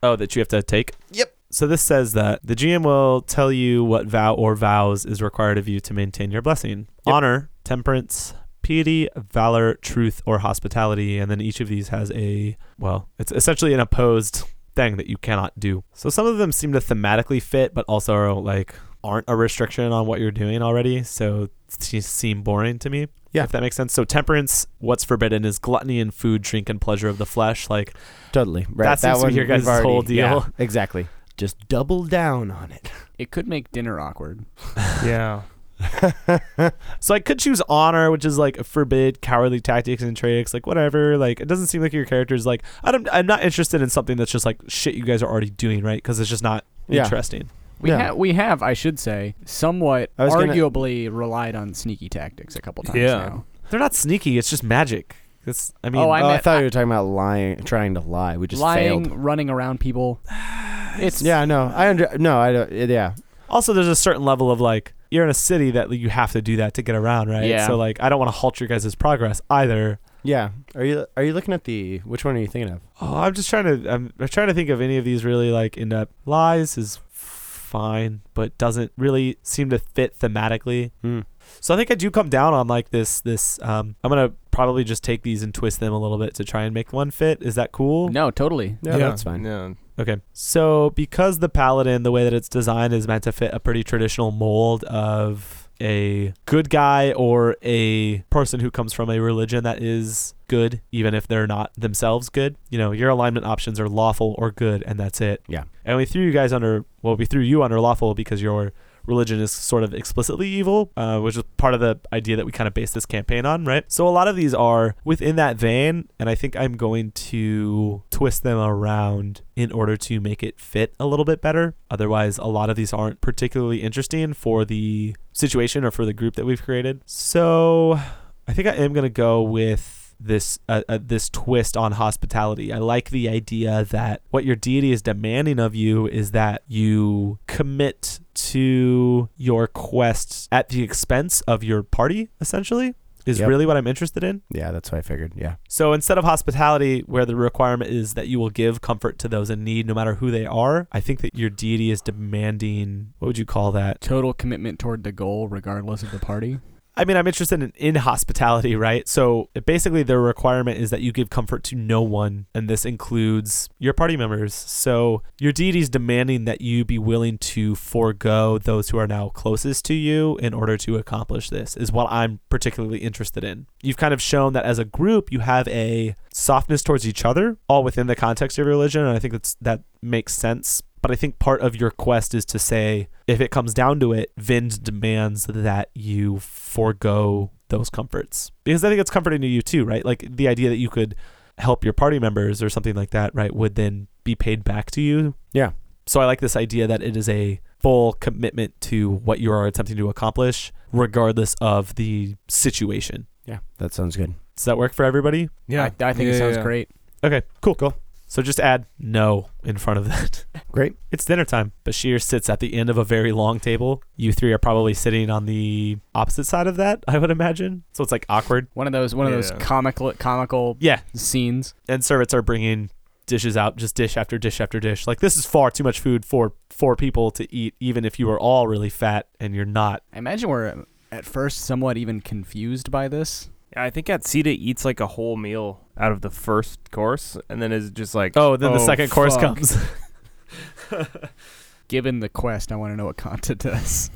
Speaker 5: Oh, that you have to take.
Speaker 3: Yep.
Speaker 5: So this says that the GM will tell you what vow or vows is required of you to maintain your blessing:
Speaker 3: Yep.
Speaker 5: honor, temperance, piety, valor, truth, or hospitality. And then each of these has a well, it's essentially an opposed thing that you cannot do. So some of them seem to thematically fit, but also are like aren't a restriction on what you're doing already. So these seem boring to me.
Speaker 3: Yeah.
Speaker 5: if that makes sense. So temperance, what's forbidden is gluttony and food, drink, and pleasure of the flesh. Like
Speaker 3: Totally. Right.
Speaker 5: That seems to be your
Speaker 3: we've
Speaker 5: guys' whole
Speaker 3: yeah,
Speaker 5: deal.
Speaker 3: exactly. Just double down on it.
Speaker 4: It could make dinner awkward.
Speaker 1: Yeah.
Speaker 5: So I could choose honor, which is like forbid cowardly tactics and tricks, like whatever. Like it doesn't seem like your character is like I don't. I'm not interested in something that's just like shit you guys are already doing, right? Because it's just not
Speaker 3: Yeah.
Speaker 5: interesting.
Speaker 4: We
Speaker 3: Yeah.
Speaker 4: ha- we have, I should say, somewhat
Speaker 3: I was gonna-
Speaker 4: arguably relied on sneaky tactics a couple times
Speaker 1: Yeah.
Speaker 4: now.
Speaker 5: They're not sneaky. It's just magic. It's I mean,
Speaker 4: Oh,
Speaker 3: oh,
Speaker 4: I
Speaker 3: I
Speaker 4: meant-
Speaker 3: thought you were talking about lying, trying to lie. We just
Speaker 4: Lying,
Speaker 3: failed.
Speaker 4: running around people.
Speaker 5: It's
Speaker 3: yeah, no, I under, no, I don't. Yeah,
Speaker 5: also there's a certain level of like you're in a city that you have to do that to get around, right?
Speaker 3: Yeah.
Speaker 5: So like I don't want to halt your guys' progress either.
Speaker 3: yeah. Are you are you looking at the which one are you thinking of?
Speaker 5: Oh, I'm just trying to I'm, I'm trying to think of any of these really like in depth lies is fine, but doesn't really seem to fit thematically.
Speaker 3: Hmm.
Speaker 5: So I think I do come down on like this this um I'm gonna probably just take these and twist them a little bit to try and make one fit. Is that cool?
Speaker 4: No, totally.
Speaker 3: Yeah, that's fine.
Speaker 1: Yeah.
Speaker 5: Okay. So because the paladin, the way that it's designed is meant to fit a pretty traditional mold of a good guy or a person who comes from a religion that is good, even if they're not themselves good. You know, your alignment options are lawful or good, and that's it.
Speaker 3: Yeah.
Speaker 5: And we threw you guys under, well, we threw you under lawful because your religion is sort of explicitly evil, uh, which is part of the idea that we kind of base this campaign on, right? So a lot of these are within that vein, and I think I'm going to twist them around in order to make it fit a little bit better. Otherwise, a lot of these aren't particularly interesting for the situation or for the group that we've created. So I think I am going to go with this uh, uh, this twist on hospitality. I like the idea that what your deity is demanding of you is that you commit to your quest at the expense of your party. Essentially, is
Speaker 3: Yep.
Speaker 5: really what I'm interested in.
Speaker 3: Yeah, that's what I figured. Yeah,
Speaker 5: So instead of hospitality, where the requirement is that you will give comfort to those in need, no matter who they are, I think that your deity is demanding. What would you call that?
Speaker 4: Total commitment toward the goal, regardless of the party.
Speaker 5: I mean, I'm interested in, in hospitality, right? So basically, their requirement is that you give comfort to no one, and this includes your party members. So your deity's demanding that you be willing to forego those who are now closest to you in order to accomplish this, is what I'm particularly interested in. You've kind of shown that as a group, you have a softness towards each other, all within the context of your religion, and I think that's that makes sense. But I think part of your quest is to say, if it comes down to it, Vind demands that you forego those comforts. Because I think it's comforting to you too, right? Like the idea that you could help your party members or something like that, right, would then be paid back to you.
Speaker 3: Yeah.
Speaker 5: So I like this idea that it is a full commitment to what you are attempting to accomplish, regardless of the situation.
Speaker 3: yeah, that sounds good.
Speaker 5: Does that work for everybody?
Speaker 1: Yeah.
Speaker 4: I, I think it
Speaker 1: Yeah,
Speaker 4: sounds
Speaker 1: yeah.
Speaker 4: great.
Speaker 5: Okay, cool.
Speaker 3: Cool.
Speaker 5: So just add no in front of that.
Speaker 3: Great.
Speaker 5: It's dinner time. Bashir sits at the end of a very long table. You three are probably sitting on the opposite side of that, I would imagine. So it's like awkward.
Speaker 4: One of those, one of those
Speaker 1: Yeah.
Speaker 4: comical, comical
Speaker 5: Yeah.
Speaker 4: scenes.
Speaker 5: And servants are bringing dishes out, just dish after dish after dish. Like this is far too much food for four people to eat, even if you are all really fat and you're not.
Speaker 4: I imagine we're at first somewhat even confused by this.
Speaker 1: Yeah, I think Atsita eats like a whole meal out of the first course, and then is just like,
Speaker 5: Oh, then the second course
Speaker 1: fuck.
Speaker 5: comes.
Speaker 4: Given the quest, I want to know what Kanta does.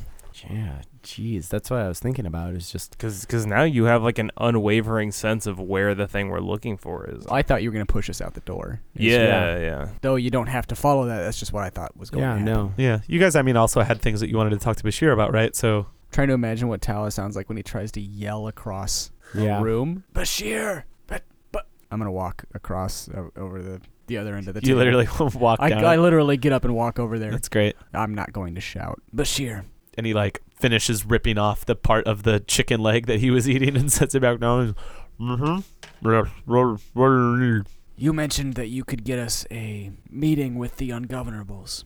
Speaker 3: Yeah, jeez, that's what I was thinking about. Is just
Speaker 1: Because now you have like an unwavering sense of where the thing we're looking for is.
Speaker 4: I thought you were going to push us out the door.
Speaker 1: yeah, yeah.
Speaker 4: Though you don't have to follow that. That's just what I thought was going
Speaker 3: yeah,
Speaker 4: on.
Speaker 3: no,
Speaker 5: yeah. You guys, I mean, also had things that you wanted to talk to Bashir about, right? So
Speaker 4: Trying to imagine what Tala sounds like when he tries to yell across
Speaker 3: yeah,
Speaker 4: room. Bashir, but but I'm gonna walk across o- over the the other end of the.
Speaker 5: you
Speaker 4: table.
Speaker 5: literally walk
Speaker 4: I,
Speaker 5: down.
Speaker 4: I literally get up and walk over there.
Speaker 5: That's great.
Speaker 4: I'm not going to shout. Bashir.
Speaker 5: and he like finishes ripping off the part of the chicken leg that he was eating and sets it back down. And mm-hmm.
Speaker 4: You mentioned that you could get us a meeting with the ungovernables.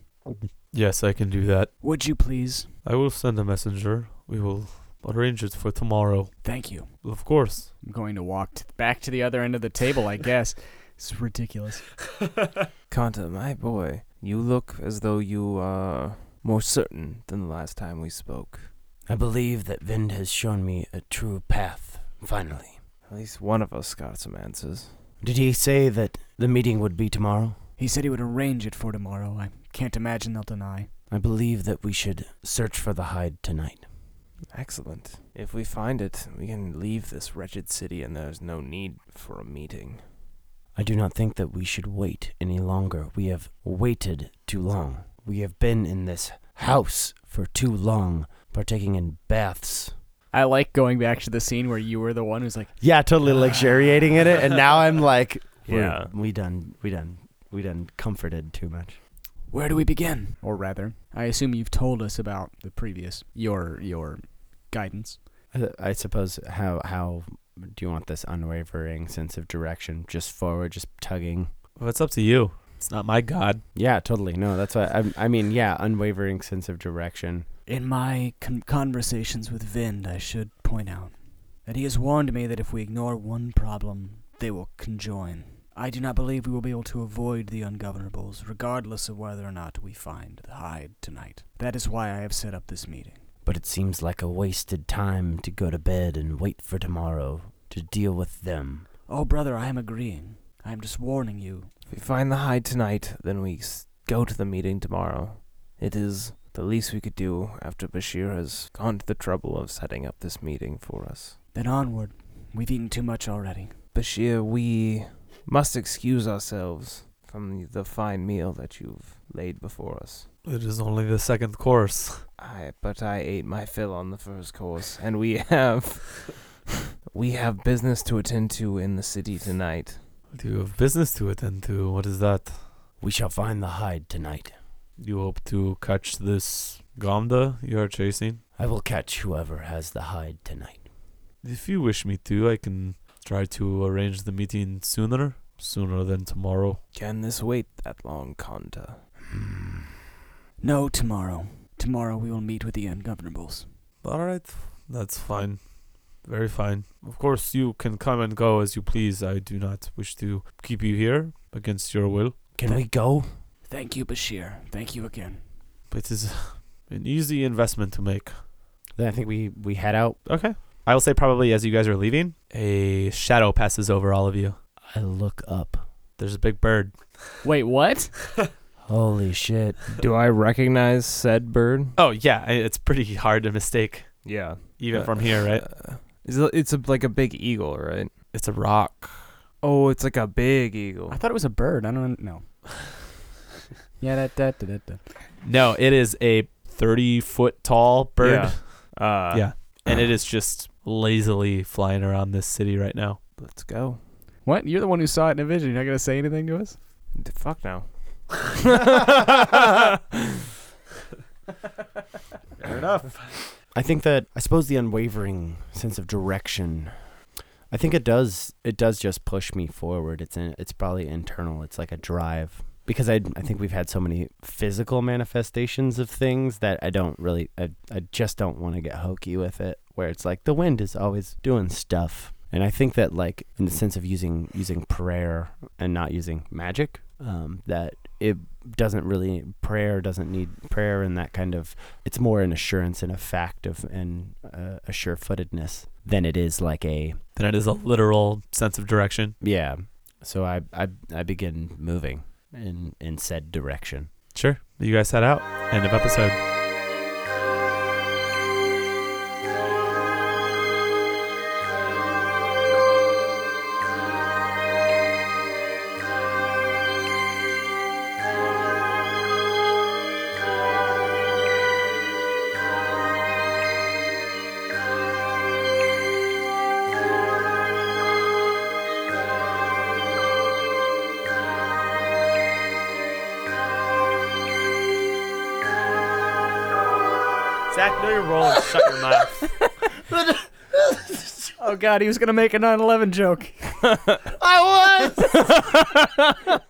Speaker 5: Yes, I can do that.
Speaker 4: Would you please?
Speaker 5: I will send a messenger. We will arrange it for tomorrow.
Speaker 4: Thank you.
Speaker 5: Of course.
Speaker 4: I'm going to walk t- back to the other end of the table, I guess. It's ridiculous.
Speaker 1: Kanta, my boy, you look as though you are more certain than the last time we spoke.
Speaker 3: I believe that Vind has shown me a true path. Finally,
Speaker 1: At least one of us got some answers.
Speaker 3: did he say that the meeting would be tomorrow?
Speaker 4: He said he would arrange it for tomorrow. I can't imagine they'll deny.
Speaker 3: I believe that we should search for the hide tonight.
Speaker 1: Excellent. If we find it, we can leave this wretched city and there's no need for a meeting.
Speaker 3: I do not think that we should wait any longer. We have waited too long. We have been in this house for too long, partaking in baths.
Speaker 4: I like going back to the scene where you were the one who's like,
Speaker 3: Yeah, totally luxuriating in it, and now I'm like, we're-
Speaker 1: Yeah.
Speaker 3: we done, we done, we done comforted too much.
Speaker 4: Where do we begin? Or rather, I assume you've told us about the previous your your guidance.
Speaker 3: I, I suppose how how do you want this unwavering sense of direction, just forward, just tugging?
Speaker 5: Well, it's up to you. It's not my god.
Speaker 3: Yeah, totally. No, that's what I, I mean. Yeah, unwavering sense of direction.
Speaker 4: In my con- conversations with Vind, I should point out that he has warned me that if we ignore one problem, they will conjoin. I do not believe we will be able to avoid the ungovernables, regardless of whether or not we find the hide tonight. That is why I have set up this meeting.
Speaker 6: But it seems like a wasted time to go to bed and wait for tomorrow to deal with them.
Speaker 4: Oh, brother, I am agreeing. I am just warning you.
Speaker 2: If we find the hide tonight, then we s- go to the meeting tomorrow. It is the least we could do after Bashir has gone to the trouble of setting up this meeting for us.
Speaker 4: Then onward. We've eaten too much already.
Speaker 2: Bashir, we must excuse ourselves from the fine meal that you've laid before us.
Speaker 5: It is only the second course.
Speaker 2: I, but I ate my fill on the first course, and we have we have business to attend to in the city tonight.
Speaker 5: Do you have business to attend to? What is that?
Speaker 6: We shall find the hide tonight.
Speaker 5: You hope to catch this Gamda you are chasing?
Speaker 6: I will catch whoever has the hide tonight.
Speaker 5: If you wish me to, I can try to arrange the meeting sooner. Sooner than tomorrow.
Speaker 2: Can this wait that long, Conda?
Speaker 6: Hmm.
Speaker 4: No, tomorrow. Tomorrow we will meet with the ungovernables.
Speaker 5: Alright, that's fine. Very fine. Of course, you can come and go as you please. I do not wish to keep you here against your will.
Speaker 6: Can we go?
Speaker 4: Thank you, Bashir. Thank you again.
Speaker 5: But it is an easy investment to make.
Speaker 3: Then I think we we head out.
Speaker 5: Okay. I will say, probably as you guys are leaving, a shadow passes over all of you.
Speaker 6: I look up.
Speaker 5: There's a big bird.
Speaker 4: Wait, what?
Speaker 6: Holy shit.
Speaker 2: Do I recognize said bird?
Speaker 5: Oh, yeah. I- It's pretty hard to mistake,
Speaker 2: Yeah.
Speaker 5: even
Speaker 2: Uh,
Speaker 5: from here, right?
Speaker 2: Uh, is it- it's a, like a big eagle, right?
Speaker 5: It's a rock.
Speaker 2: Oh, it's like a big eagle.
Speaker 4: I thought it was a bird. I don't know. Yeah, that that that that.
Speaker 5: No, it is a 30 foot tall bird.
Speaker 2: Yeah. Uh,
Speaker 5: Yeah. And it is just lazily flying around this city right now.
Speaker 2: Let's go.
Speaker 4: What? You're the one who saw it in a vision. You're not gonna say anything to us?
Speaker 2: D- Fuck now.
Speaker 5: Fair enough.
Speaker 3: I think that I suppose the unwavering sense of direction. I think it does it does just push me forward. It's in, it's probably internal. It's like a drive because I I think we've had so many physical manifestations of things that I don't really I, I just don't want to get hokey with it where it's like the wind is always doing stuff. And I think that like in the sense of using using prayer and not using magic um, that it doesn't really prayer doesn't need prayer and that kind of it's more an assurance and a fact of and uh, a sure-footedness than it is like a
Speaker 5: Then it is a literal sense of direction.
Speaker 3: yeah. So I I, I begin moving in in said direction.
Speaker 5: Sure. You guys head out. End of episode. Zach, know your role and shut your mouth.
Speaker 4: Oh God, he was gonna make a 9/11 joke.
Speaker 6: I was!